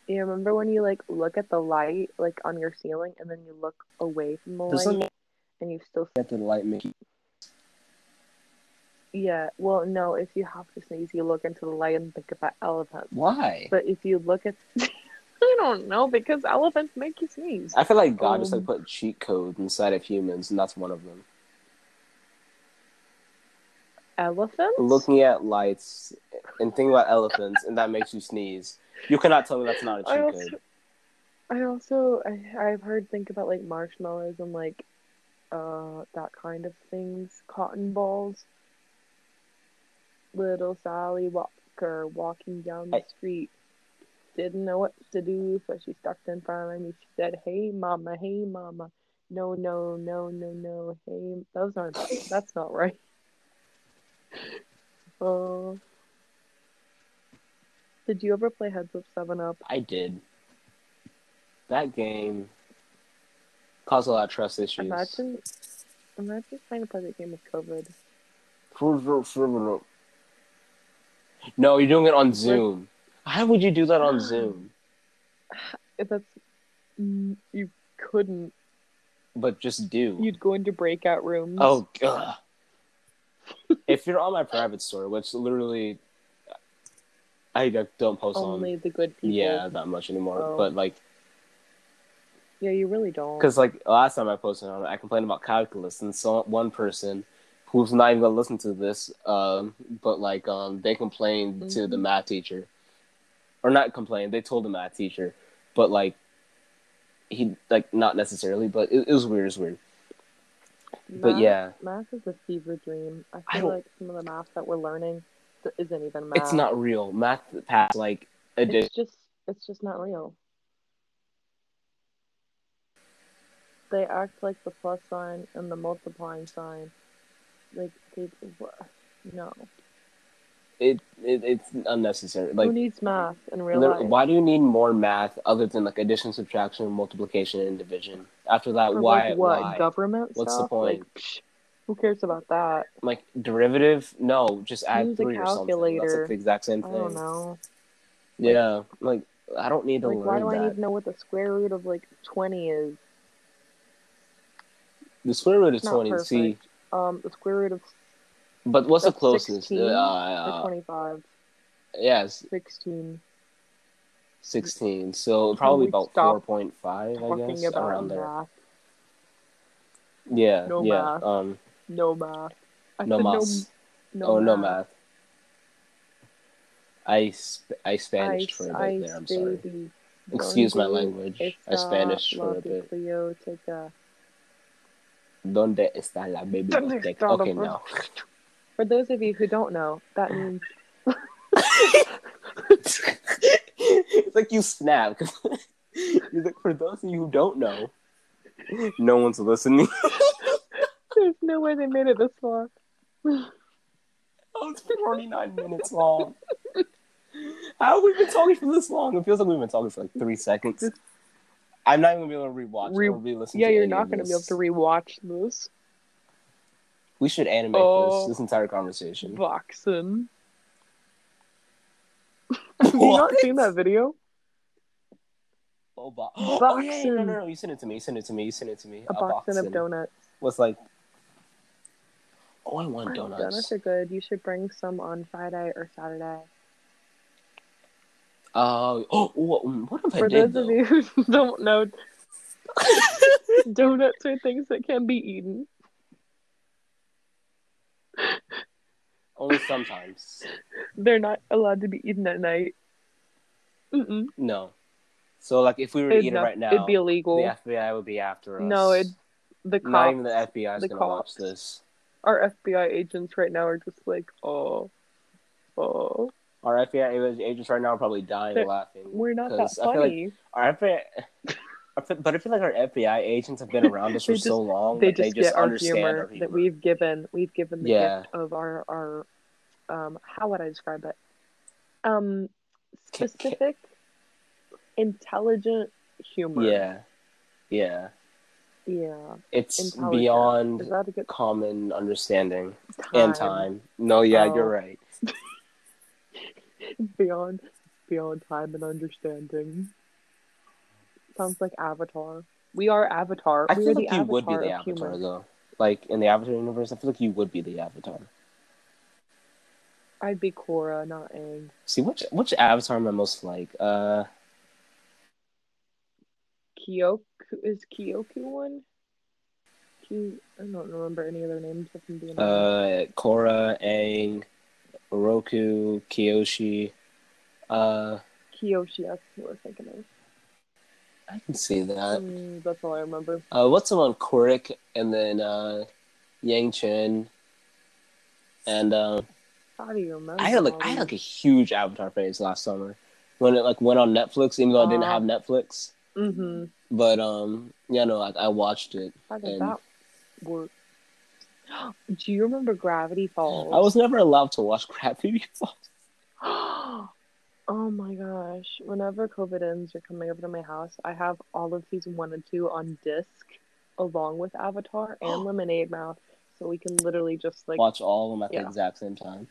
[SPEAKER 2] You remember when you like look at the light like on your ceiling and then you look away from the
[SPEAKER 1] Doesn't
[SPEAKER 2] light and you still
[SPEAKER 1] get the light, Mickey.
[SPEAKER 2] yeah well no if you have to sneeze you look into the light and think about elephants
[SPEAKER 1] Why?
[SPEAKER 2] but if you look at I don't know because elephants make you sneeze
[SPEAKER 1] I feel like God just
[SPEAKER 2] Um,
[SPEAKER 1] like put cheat codes inside of humans, and that's one of them.
[SPEAKER 2] elephants
[SPEAKER 1] Looking at lights and thinking about elephants, and that makes you sneeze. You cannot tell me that's not a
[SPEAKER 2] I
[SPEAKER 1] cheat
[SPEAKER 2] also-
[SPEAKER 1] code.
[SPEAKER 2] I also I, I've heard think about like marshmallows and like uh that kind of things cotton balls little Sally Walker walking down the
[SPEAKER 1] I-
[SPEAKER 2] street didn't know what to do so she stopped in front of me she said hey mama hey mama no no no no no hey those aren't that's not right uh, did you ever play heads up seven up
[SPEAKER 1] I did. That game caused a lot of trust issues.
[SPEAKER 2] Imagine, imagine trying to play that game with COVID.
[SPEAKER 1] No, you're doing it on Zoom. How would you do that on Zoom?
[SPEAKER 2] If that's mm, you couldn't,
[SPEAKER 1] But just do.
[SPEAKER 2] you'd go into breakout rooms.
[SPEAKER 1] Oh god. if you're on my private story, which literally I don't post
[SPEAKER 2] only
[SPEAKER 1] on
[SPEAKER 2] the good people.
[SPEAKER 1] yeah, not much anymore.
[SPEAKER 2] Oh.
[SPEAKER 1] But like
[SPEAKER 2] yeah, you really don't.
[SPEAKER 1] cuz like last time I posted on it, I complained about calculus and so one person who's not even going to listen to this um but like um they complained to the
[SPEAKER 2] Mhm.
[SPEAKER 1] math teacher. Or not complained, they told the math teacher, but like he like not necessarily, but it, it was weird, it was weird. But
[SPEAKER 2] Math-
[SPEAKER 1] yeah,
[SPEAKER 2] math is a fever dream. I
[SPEAKER 1] I
[SPEAKER 2] feel
[SPEAKER 1] don't-
[SPEAKER 2] like some of the math that we're learning th- isn't even math.
[SPEAKER 1] it's not real. Math passed like addition
[SPEAKER 2] It's just, it's just not real. They act like the plus sign and the multiplying sign. Like they, wha- no.
[SPEAKER 1] it, it it's unnecessary. Like,
[SPEAKER 2] Who needs math in real
[SPEAKER 1] there-
[SPEAKER 2] life?
[SPEAKER 1] why do you need more math other than like addition, subtraction, multiplication, and division? After that,
[SPEAKER 2] For,
[SPEAKER 1] why?
[SPEAKER 2] Like, what
[SPEAKER 1] why?
[SPEAKER 2] government?
[SPEAKER 1] What's the
[SPEAKER 2] stuff?
[SPEAKER 1] point?
[SPEAKER 2] Like, psh, who cares about that?
[SPEAKER 1] Like derivative? No, just add
[SPEAKER 2] Use a
[SPEAKER 1] three or something. That's
[SPEAKER 2] calculator.
[SPEAKER 1] like, the exact same
[SPEAKER 2] I
[SPEAKER 1] thing.
[SPEAKER 2] don't know.
[SPEAKER 1] Yeah, like I don't need to
[SPEAKER 2] Like, why
[SPEAKER 1] learn
[SPEAKER 2] do I
[SPEAKER 1] that.
[SPEAKER 2] need to know what the square root of like twenty is?
[SPEAKER 1] The square root of
[SPEAKER 2] Not
[SPEAKER 1] twenty.
[SPEAKER 2] perfect.
[SPEAKER 1] See,
[SPEAKER 2] Um, the square root of
[SPEAKER 1] but what's the
[SPEAKER 2] That's
[SPEAKER 1] closest?
[SPEAKER 2] 16
[SPEAKER 1] Uh,
[SPEAKER 2] uh,
[SPEAKER 1] uh,
[SPEAKER 2] twenty-five,
[SPEAKER 1] yes,
[SPEAKER 2] sixteen.
[SPEAKER 1] sixteen. So probably
[SPEAKER 2] we
[SPEAKER 1] about
[SPEAKER 2] stop
[SPEAKER 1] four point five, I
[SPEAKER 2] Talking
[SPEAKER 1] guess,
[SPEAKER 2] about
[SPEAKER 1] around there.
[SPEAKER 2] math.
[SPEAKER 1] Yeah,
[SPEAKER 2] No
[SPEAKER 1] yeah.
[SPEAKER 2] math.
[SPEAKER 1] Um,
[SPEAKER 2] No math. I
[SPEAKER 1] no
[SPEAKER 2] said
[SPEAKER 1] mas.
[SPEAKER 2] No,
[SPEAKER 1] oh no math. I sp- I Spanish
[SPEAKER 2] Ice,
[SPEAKER 1] for a bit
[SPEAKER 2] ice,
[SPEAKER 1] there. I'm sorry.
[SPEAKER 2] baby.
[SPEAKER 1] Excuse my
[SPEAKER 2] Donde
[SPEAKER 1] language. I
[SPEAKER 2] está
[SPEAKER 1] Spanish
[SPEAKER 2] la
[SPEAKER 1] for a bit.
[SPEAKER 2] biblioteca?
[SPEAKER 1] Donde está la
[SPEAKER 2] Donde
[SPEAKER 1] biblioteca?
[SPEAKER 2] está la
[SPEAKER 1] Okay, now
[SPEAKER 2] For those of you who don't know, that means
[SPEAKER 1] it's like you snap. He's like, for those of you who don't know, no one's listening.
[SPEAKER 2] there's no way they made it this far.
[SPEAKER 1] oh, it's been 49 minutes long. How have we been talking for this long? It feels like we've been talking for like three seconds. I'm not even gonna be able to rewatch
[SPEAKER 2] Re-
[SPEAKER 1] or re-listen.
[SPEAKER 2] Yeah,
[SPEAKER 1] to
[SPEAKER 2] you're
[SPEAKER 1] any
[SPEAKER 2] not
[SPEAKER 1] of
[SPEAKER 2] going to be able
[SPEAKER 1] this.
[SPEAKER 2] to rewatch this.
[SPEAKER 1] We should animate
[SPEAKER 2] Oh.
[SPEAKER 1] this this entire conversation.
[SPEAKER 2] Boxing. Have you not
[SPEAKER 1] What?
[SPEAKER 2] seen that video?
[SPEAKER 1] Oh, bo- oh yeah, yeah, no, no, no. You sent it to me. You sent it to me. You sent it to me.
[SPEAKER 2] A, box in of donuts.
[SPEAKER 1] Was like, oh, I want
[SPEAKER 2] Donuts.
[SPEAKER 1] donuts.
[SPEAKER 2] are good. You should bring some on Friday or Saturday.
[SPEAKER 1] Uh, oh, what, what if I
[SPEAKER 2] For
[SPEAKER 1] did?
[SPEAKER 2] those
[SPEAKER 1] Though?
[SPEAKER 2] of you who don't know, donuts are things that can be eaten.
[SPEAKER 1] Only sometimes.
[SPEAKER 2] They're not allowed to be eaten at night. Mm-mm.
[SPEAKER 1] No. So like, if we were to
[SPEAKER 2] It'd
[SPEAKER 1] eat it
[SPEAKER 2] not-
[SPEAKER 1] right now,
[SPEAKER 2] It'd be illegal.
[SPEAKER 1] the FBI would be after us.
[SPEAKER 2] No, it'd- The
[SPEAKER 1] not
[SPEAKER 2] cops,
[SPEAKER 1] even the FBI is
[SPEAKER 2] the
[SPEAKER 1] gonna
[SPEAKER 2] cops.
[SPEAKER 1] watch this.
[SPEAKER 2] our FBI agents right now are just like, oh, oh,
[SPEAKER 1] Our FBI agents right now are probably dying
[SPEAKER 2] They're-
[SPEAKER 1] laughing.
[SPEAKER 2] we're not that
[SPEAKER 1] 'cause I feel like
[SPEAKER 2] funny.
[SPEAKER 1] Our FBI, I feel- but I feel like our FBI agents have been around us for
[SPEAKER 2] They just-
[SPEAKER 1] so long
[SPEAKER 2] they
[SPEAKER 1] that
[SPEAKER 2] just,
[SPEAKER 1] they just
[SPEAKER 2] get our
[SPEAKER 1] understand
[SPEAKER 2] humor,
[SPEAKER 1] our humor.
[SPEAKER 2] that we've given we've given the
[SPEAKER 1] Yeah.
[SPEAKER 2] gift of our our um how would I describe it um
[SPEAKER 1] K- k-
[SPEAKER 2] specific intelligent humor
[SPEAKER 1] yeah, yeah,
[SPEAKER 2] yeah
[SPEAKER 1] it's
[SPEAKER 2] Intelligent.
[SPEAKER 1] beyond
[SPEAKER 2] is that a good
[SPEAKER 1] common understanding
[SPEAKER 2] time
[SPEAKER 1] and time. No, yeah,
[SPEAKER 2] Oh.
[SPEAKER 1] you're right.
[SPEAKER 2] beyond beyond time and understanding sounds like Avatar we are Avatar
[SPEAKER 1] I
[SPEAKER 2] we
[SPEAKER 1] feel
[SPEAKER 2] are
[SPEAKER 1] like
[SPEAKER 2] the
[SPEAKER 1] you would be
[SPEAKER 2] Avatar
[SPEAKER 1] the
[SPEAKER 2] of humor.
[SPEAKER 1] avatar though. Like in the Avatar universe, I feel like you would be the avatar.
[SPEAKER 2] I'd be Korra not Aang
[SPEAKER 1] See which which avatar am I most like? Uh,
[SPEAKER 2] Kyoku is Kyoku one. Ki- I don't remember any other names. If I'm being honest.
[SPEAKER 1] uh, Korra, Aang, Oroku, Kyoshi. Uh,
[SPEAKER 2] Kyoshi, that's who we're thinking of.
[SPEAKER 1] I can see that.
[SPEAKER 2] Mm, that's all I remember.
[SPEAKER 1] Uh, what's the one? Korik and then uh, Yang Chen. And uh,
[SPEAKER 2] How do you remember?
[SPEAKER 1] I had like
[SPEAKER 2] all
[SPEAKER 1] I had
[SPEAKER 2] these?
[SPEAKER 1] like a huge Avatar phase last summer when it like went on Netflix, even though I didn't
[SPEAKER 2] Uh-huh.
[SPEAKER 1] have Netflix.
[SPEAKER 2] Mhm.
[SPEAKER 1] But um, yeah, no, like I watched it.
[SPEAKER 2] How did
[SPEAKER 1] and-
[SPEAKER 2] that work? Do you remember Gravity Falls?
[SPEAKER 1] I was never allowed to watch Gravity Falls.
[SPEAKER 2] oh my gosh! Whenever COVID ends, you're coming over to my house. I have all of season one and two on disc, along with Avatar and Lemonade Mouth, so we can literally just like,
[SPEAKER 1] watch all of them at
[SPEAKER 2] yeah.
[SPEAKER 1] the exact same time.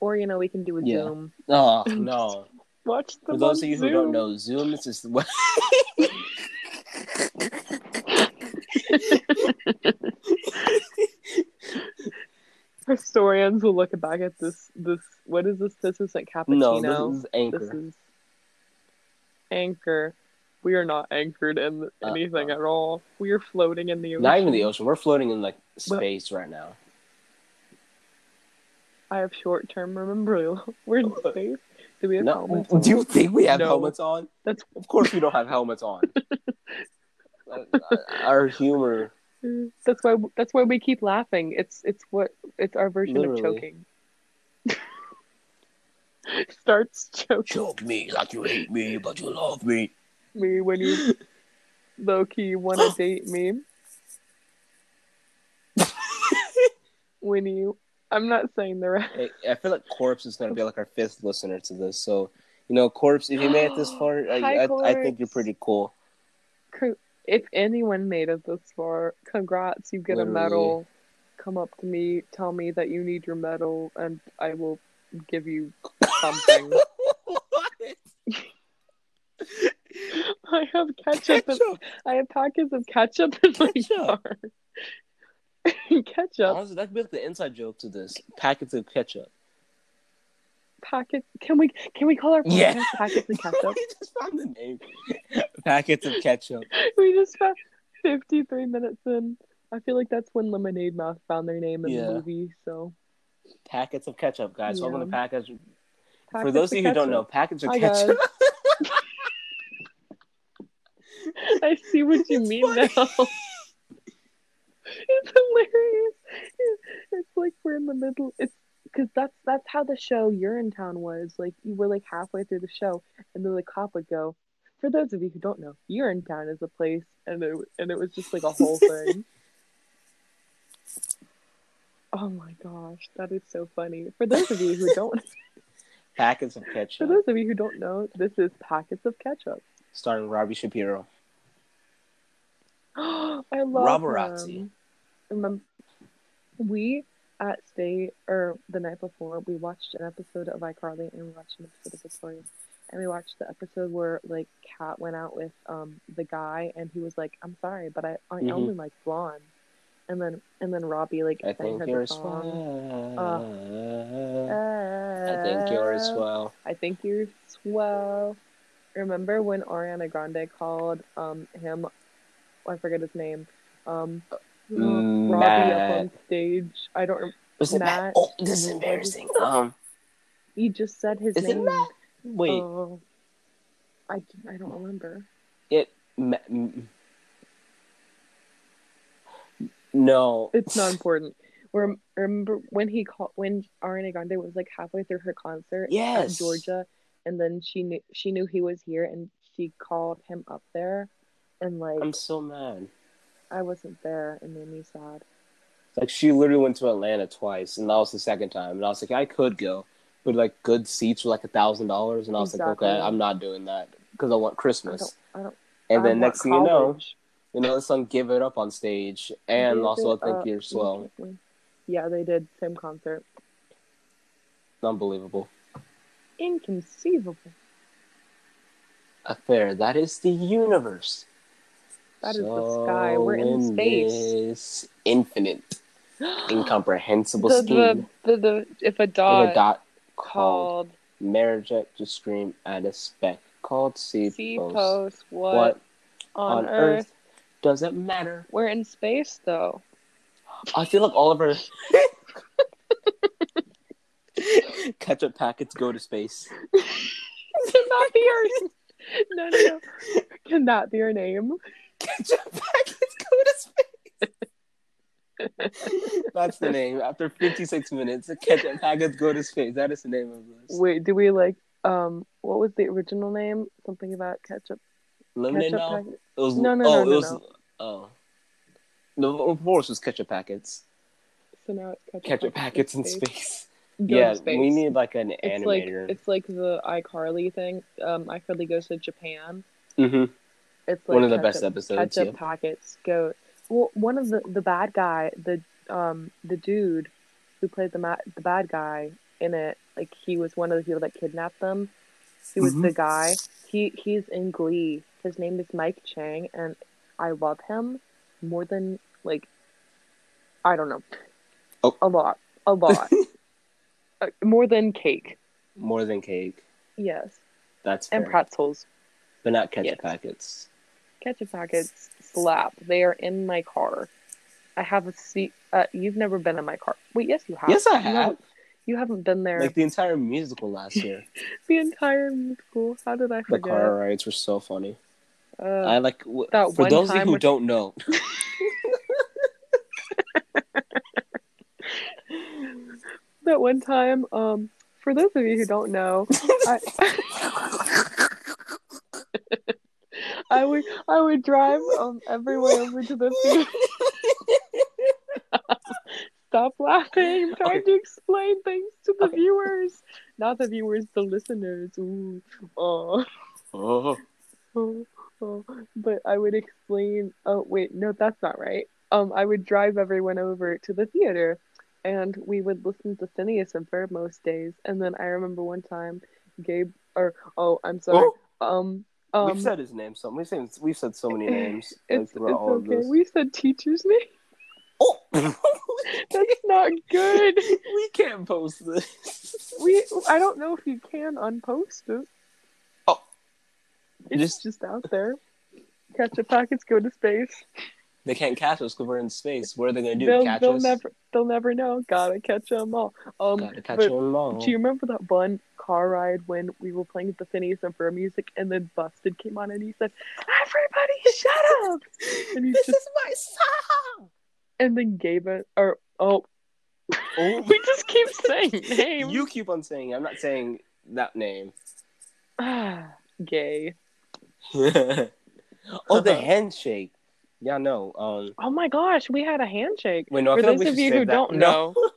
[SPEAKER 2] or you know, we can do a
[SPEAKER 1] Yeah.
[SPEAKER 2] Zoom.
[SPEAKER 1] Oh no!
[SPEAKER 2] Watch the
[SPEAKER 1] For those of
[SPEAKER 2] on
[SPEAKER 1] you who don't
[SPEAKER 2] Zoom.
[SPEAKER 1] know, Zoom is just what
[SPEAKER 2] historians will look back at this this what is this this isn't cappuccino
[SPEAKER 1] no, this is
[SPEAKER 2] this,
[SPEAKER 1] Anchor.
[SPEAKER 2] is anchor we are not anchored in
[SPEAKER 1] Uh,
[SPEAKER 2] anything
[SPEAKER 1] uh.
[SPEAKER 2] at all we are floating in the ocean
[SPEAKER 1] Not even the ocean. We're floating in like
[SPEAKER 2] Well-
[SPEAKER 1] space right now.
[SPEAKER 2] i have short-term memory we're in space do we have
[SPEAKER 1] No,
[SPEAKER 2] helmets on?
[SPEAKER 1] do you think we have
[SPEAKER 2] No.
[SPEAKER 1] helmets on?
[SPEAKER 2] that's
[SPEAKER 1] Of course, we don't have helmets on. Uh, Our humor.
[SPEAKER 2] that's why that's why we keep laughing it's it's what it's our version
[SPEAKER 1] Literally.
[SPEAKER 2] of choking starts choking
[SPEAKER 1] Choke me like you hate me, but you love me.
[SPEAKER 2] me when you low-key want to date me when you i'm not saying the rest
[SPEAKER 1] I, I feel like Corpse is going to be like our fifth listener to this. So, you know, Corpse, if you made it this far, I,
[SPEAKER 2] Hi,
[SPEAKER 1] I, I think
[SPEAKER 2] Corpse.
[SPEAKER 1] you're pretty cool.
[SPEAKER 2] Con- if anyone made it this far congrats you get
[SPEAKER 1] Literally.
[SPEAKER 2] a medal come up to me tell me that you need your medal and i will give you something i have ketchup, and- i have packets of ketchup in
[SPEAKER 1] Ketchup.
[SPEAKER 2] my car ketchup
[SPEAKER 1] Honestly, that could be like the inside joke to this packets of ketchup.
[SPEAKER 2] packets can we can we call our podcast
[SPEAKER 1] Yeah.
[SPEAKER 2] packets of ketchup
[SPEAKER 1] we just found the name. packets of ketchup.
[SPEAKER 2] we just found 53 minutes in. I feel like that's when Lemonade Mouth found their name in
[SPEAKER 1] Yeah.
[SPEAKER 2] the movie. So,
[SPEAKER 1] Packets of ketchup, guys. Welcome to
[SPEAKER 2] Yeah.
[SPEAKER 1] packets. For
[SPEAKER 2] packets
[SPEAKER 1] those of you who don't know,
[SPEAKER 2] ketchup.
[SPEAKER 1] packets of
[SPEAKER 2] Hi, guys.
[SPEAKER 1] ketchup.
[SPEAKER 2] I see what you
[SPEAKER 1] It's
[SPEAKER 2] mean
[SPEAKER 1] funny.
[SPEAKER 2] now. it's hilarious. It's like we're in the middle. It's because that's that's how the show You're in Town was. Like you were like halfway through the show, and then the cop would go. For those of you who don't know, You're in Town is a place, and it and it was just like a whole thing. oh my gosh, that is so funny. For those of you who don't,
[SPEAKER 1] Packets of
[SPEAKER 2] for
[SPEAKER 1] ketchup.
[SPEAKER 2] those of you who don't know, this is packets of ketchup.
[SPEAKER 1] starring Robbie Shapiro.
[SPEAKER 2] I love
[SPEAKER 1] Roborazzi.
[SPEAKER 2] them. Remember, we at state or the night before we watched an episode of iCarly and we watched an episode of Victorious, and we watched the episode where like Kat went out with um the guy and he was like, "I'm sorry, but I I
[SPEAKER 1] Mhm.
[SPEAKER 2] only like blondes," and then and then Robbie like
[SPEAKER 1] I
[SPEAKER 2] sang
[SPEAKER 1] think
[SPEAKER 2] her
[SPEAKER 1] you're
[SPEAKER 2] the
[SPEAKER 1] swell.
[SPEAKER 2] song. Uh,
[SPEAKER 1] I think you're
[SPEAKER 2] swell.
[SPEAKER 1] swell.
[SPEAKER 2] I think you're swell. Remember when Ariana Grande called um him, oh, I forget his name, um,
[SPEAKER 1] Mm,
[SPEAKER 2] Robbie
[SPEAKER 1] Matt.
[SPEAKER 2] up on stage. I don't. rem-
[SPEAKER 1] Was it
[SPEAKER 2] Matt.
[SPEAKER 1] Matt? Oh, this is embarrassing. Um,
[SPEAKER 2] You just said his
[SPEAKER 1] Is it
[SPEAKER 2] name.
[SPEAKER 1] Matt? wait,
[SPEAKER 2] Oh, I I don't remember.
[SPEAKER 1] it. Ma- mm. no,
[SPEAKER 2] It's not important. Rem- Remember when he called when Ariana Grande was like halfway through her concert at
[SPEAKER 1] Yes.
[SPEAKER 2] Georgia, and then she knew she knew he was here, and she called him up there, and like
[SPEAKER 1] I'm so mad.
[SPEAKER 2] I wasn't there, and made me sad.
[SPEAKER 1] Like she literally went to Atlanta twice, and that was the second time. And I was like, I could go, but like good seats were like a thousand dollars, and I was
[SPEAKER 2] Exactly.
[SPEAKER 1] like, okay, I'm not doing that because I want
[SPEAKER 2] I
[SPEAKER 1] Christmas.
[SPEAKER 2] don't. I don't.
[SPEAKER 1] And
[SPEAKER 2] I
[SPEAKER 1] then
[SPEAKER 2] want
[SPEAKER 1] next thing you know,
[SPEAKER 2] college.
[SPEAKER 1] you know the song "Give It Up" on stage, and
[SPEAKER 2] Give
[SPEAKER 1] also I
[SPEAKER 2] it
[SPEAKER 1] think
[SPEAKER 2] up.
[SPEAKER 1] you're swell.
[SPEAKER 2] Yeah, they did same concert.
[SPEAKER 1] Unbelievable.
[SPEAKER 2] Inconceivable.
[SPEAKER 1] Affair. That is the universe.
[SPEAKER 2] That is the sky. We're in
[SPEAKER 1] So
[SPEAKER 2] space.
[SPEAKER 1] This infinite, incomprehensible
[SPEAKER 2] The-
[SPEAKER 1] scheme.
[SPEAKER 2] the- the- if a
[SPEAKER 1] With
[SPEAKER 2] dog
[SPEAKER 1] a dot called
[SPEAKER 2] called
[SPEAKER 1] marriage to scream at a speck called sea
[SPEAKER 2] sea
[SPEAKER 1] post.
[SPEAKER 2] post,
[SPEAKER 1] What,
[SPEAKER 2] what, on,
[SPEAKER 1] on
[SPEAKER 2] earth?
[SPEAKER 1] earth? does it matter?
[SPEAKER 2] We're in space though.
[SPEAKER 1] I feel like all of our ketchup packets go to space.
[SPEAKER 2] Cannot be our no, no, no. Cannot be our name.
[SPEAKER 1] Ketchup packets go to space. That's the name. After 56 minutes, the ketchup packets go to space. That is the name of this.
[SPEAKER 2] Wait, do we like um? What was the original name? Something about ketchup.
[SPEAKER 1] Lemonade
[SPEAKER 2] Ketchup
[SPEAKER 1] now?
[SPEAKER 2] packet-
[SPEAKER 1] It was
[SPEAKER 2] No, no,
[SPEAKER 1] oh,
[SPEAKER 2] no, no,
[SPEAKER 1] it was
[SPEAKER 2] no.
[SPEAKER 1] oh. No, of course, it was ketchup packets.
[SPEAKER 2] So now it's ketchup,
[SPEAKER 1] Ketchup packets in space.
[SPEAKER 2] Go to
[SPEAKER 1] yeah,
[SPEAKER 2] space.
[SPEAKER 1] we need like an
[SPEAKER 2] It's like
[SPEAKER 1] animator.
[SPEAKER 2] it's like the iCarly thing. Um, iCarly goes to Japan.
[SPEAKER 1] hmm
[SPEAKER 2] It's like
[SPEAKER 1] One of the
[SPEAKER 2] ketchup-
[SPEAKER 1] best episodes.
[SPEAKER 2] ketchup
[SPEAKER 1] yeah.
[SPEAKER 2] packets go. Well, one of the the bad guy, the um the dude who played the ma- the bad guy in it, like he was one of the people that kidnapped them. He was
[SPEAKER 1] Mhm.
[SPEAKER 2] the guy. He he's in Glee. His name is Mike Chang, and I love him more than like I don't know.
[SPEAKER 1] Oh.
[SPEAKER 2] a lot, a lot, uh, more than cake.
[SPEAKER 1] More than cake.
[SPEAKER 2] Yes,
[SPEAKER 1] That's fair.
[SPEAKER 2] and pretzels.
[SPEAKER 1] but not ketchup
[SPEAKER 2] Yes.
[SPEAKER 1] packets.
[SPEAKER 2] ketchup packets slap. They are in my car. I have a seat. Uh, you've never been in my car. Wait, yes, you have.
[SPEAKER 1] Yes, I
[SPEAKER 2] You
[SPEAKER 1] have.
[SPEAKER 2] haven't, you haven't been there
[SPEAKER 1] Like the entire musical last year.
[SPEAKER 2] the entire school. How did I
[SPEAKER 1] the
[SPEAKER 2] forget?
[SPEAKER 1] car rides were so funny.
[SPEAKER 2] Uh,
[SPEAKER 1] I like w-
[SPEAKER 2] that
[SPEAKER 1] for
[SPEAKER 2] one
[SPEAKER 1] those
[SPEAKER 2] time
[SPEAKER 1] of you who
[SPEAKER 2] when-
[SPEAKER 1] don't know,
[SPEAKER 2] that one time. Um, for those of you who don't know, I, I would I would drive um every way over to the field. Stop laughing! I'm trying to explain things to the
[SPEAKER 1] Okay.
[SPEAKER 2] viewers, not the viewers, the listeners. Ooh, oh.
[SPEAKER 1] oh,
[SPEAKER 2] oh, oh. but I would explain. Oh, wait, no, that's not right. Um, I would drive everyone over to the theater, and we would listen to Phineas and Ferb most days. And then I remember one time, Gabe, or oh, I'm sorry. Um, um,
[SPEAKER 1] Oh, we've said his name. So we've said we've said so many names. like,
[SPEAKER 2] it's it's
[SPEAKER 1] throughout all of
[SPEAKER 2] okay.
[SPEAKER 1] this.
[SPEAKER 2] We said teacher's name.
[SPEAKER 1] Oh,
[SPEAKER 2] That's not good.
[SPEAKER 1] we can't post this.
[SPEAKER 2] We I don't know if you can unpost it.
[SPEAKER 1] Oh.
[SPEAKER 2] it's
[SPEAKER 1] Just-
[SPEAKER 2] just just out there. Ketchup packets go to space.
[SPEAKER 1] They can't catch us because we're in space. What are they gonna do?
[SPEAKER 2] they'll,
[SPEAKER 1] catch
[SPEAKER 2] they'll
[SPEAKER 1] us?
[SPEAKER 2] never they'll never know gotta catch 'em all um
[SPEAKER 1] Gotta catch
[SPEAKER 2] but
[SPEAKER 1] 'em all.
[SPEAKER 2] do you remember that one car ride when we were playing the Phineas and Ferb music and then Busted came on and he said everybody shut up and he just
[SPEAKER 1] is my song.
[SPEAKER 2] and then gave it or oh
[SPEAKER 1] Oh,
[SPEAKER 2] we just keep saying names
[SPEAKER 1] you keep on saying. it. I'm not saying that name.
[SPEAKER 2] Ah, gay
[SPEAKER 1] oh, the handshake. Yeah, no. Um,
[SPEAKER 2] oh my gosh we had a handshake
[SPEAKER 1] wait, no. I
[SPEAKER 2] for
[SPEAKER 1] feel
[SPEAKER 2] those
[SPEAKER 1] like we
[SPEAKER 2] of
[SPEAKER 1] should
[SPEAKER 2] you
[SPEAKER 1] save
[SPEAKER 2] who
[SPEAKER 1] that.
[SPEAKER 2] don't
[SPEAKER 1] No,
[SPEAKER 2] know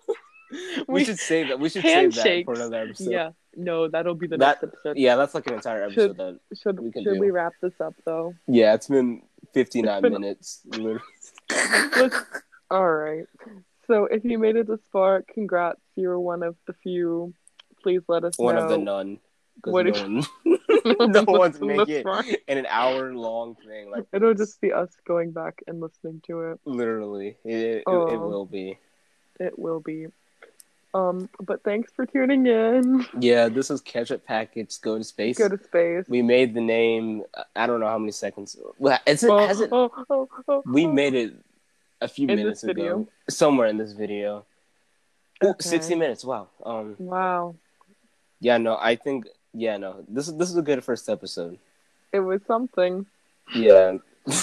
[SPEAKER 1] we, should save that. We should save that for
[SPEAKER 2] Handshakes.
[SPEAKER 1] another episode.
[SPEAKER 2] yeah no that'll be the
[SPEAKER 1] That-
[SPEAKER 2] next episode
[SPEAKER 1] Yeah, that's like an entire episode.
[SPEAKER 2] Should-
[SPEAKER 1] then.
[SPEAKER 2] should
[SPEAKER 1] we can
[SPEAKER 2] should
[SPEAKER 1] do.
[SPEAKER 2] we wrap this up though
[SPEAKER 1] Yeah, it's been 59
[SPEAKER 2] It's been-
[SPEAKER 1] minutes. literally.
[SPEAKER 2] Let's- all right. So if you made it this far, congrats. You're one of the few. Please let us
[SPEAKER 1] One
[SPEAKER 2] know.
[SPEAKER 1] of the none. 'cause
[SPEAKER 2] What
[SPEAKER 1] no
[SPEAKER 2] if-
[SPEAKER 1] one- no one's
[SPEAKER 2] in
[SPEAKER 1] making
[SPEAKER 2] restaurant.
[SPEAKER 1] it in an hour long thing. Like
[SPEAKER 2] It'll just be us going back and listening to it.
[SPEAKER 1] literally, it it, it
[SPEAKER 2] Oh.
[SPEAKER 1] will be.
[SPEAKER 2] It will be. Um, but thanks for tuning in.
[SPEAKER 1] Yeah, this is ketchup package. Go to space.
[SPEAKER 2] Go to space.
[SPEAKER 1] we made the name. I don't know how many seconds. Well, Is it,
[SPEAKER 2] Oh,
[SPEAKER 1] has it?
[SPEAKER 2] oh, oh, oh,
[SPEAKER 1] We
[SPEAKER 2] oh.
[SPEAKER 1] made it a few
[SPEAKER 2] In
[SPEAKER 1] minutes
[SPEAKER 2] this video?
[SPEAKER 1] ago, somewhere in this video. Ooh, Sixty
[SPEAKER 2] Okay.
[SPEAKER 1] minutes. Wow. Um.
[SPEAKER 2] Wow,
[SPEAKER 1] Yeah. No. I think. Yeah. No. This is this is a good first episode.
[SPEAKER 2] it was something.
[SPEAKER 1] Yeah.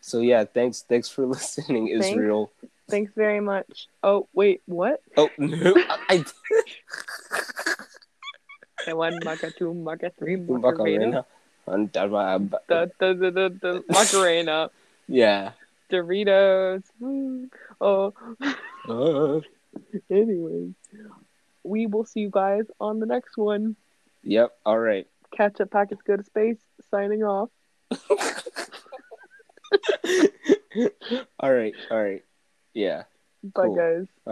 [SPEAKER 1] so yeah. Thanks. Thanks for listening,
[SPEAKER 2] Thanks.
[SPEAKER 1] Israel.
[SPEAKER 2] Thanks very much. Oh wait, what?
[SPEAKER 1] Oh no. I,
[SPEAKER 2] Okay, One maca, two maca, three macarena.
[SPEAKER 1] Macarena. And- and-
[SPEAKER 2] Da, da, da, da, da, macarena,
[SPEAKER 1] Yeah.
[SPEAKER 2] Doritos. Woo. Oh,
[SPEAKER 1] Uh,
[SPEAKER 2] anyways, we will see you guys on the next one.
[SPEAKER 1] yep. All right.
[SPEAKER 2] Catch up packets, go to space. Signing off.
[SPEAKER 1] all right. All right. Yeah.
[SPEAKER 2] Bye,
[SPEAKER 1] Cool.
[SPEAKER 2] guys.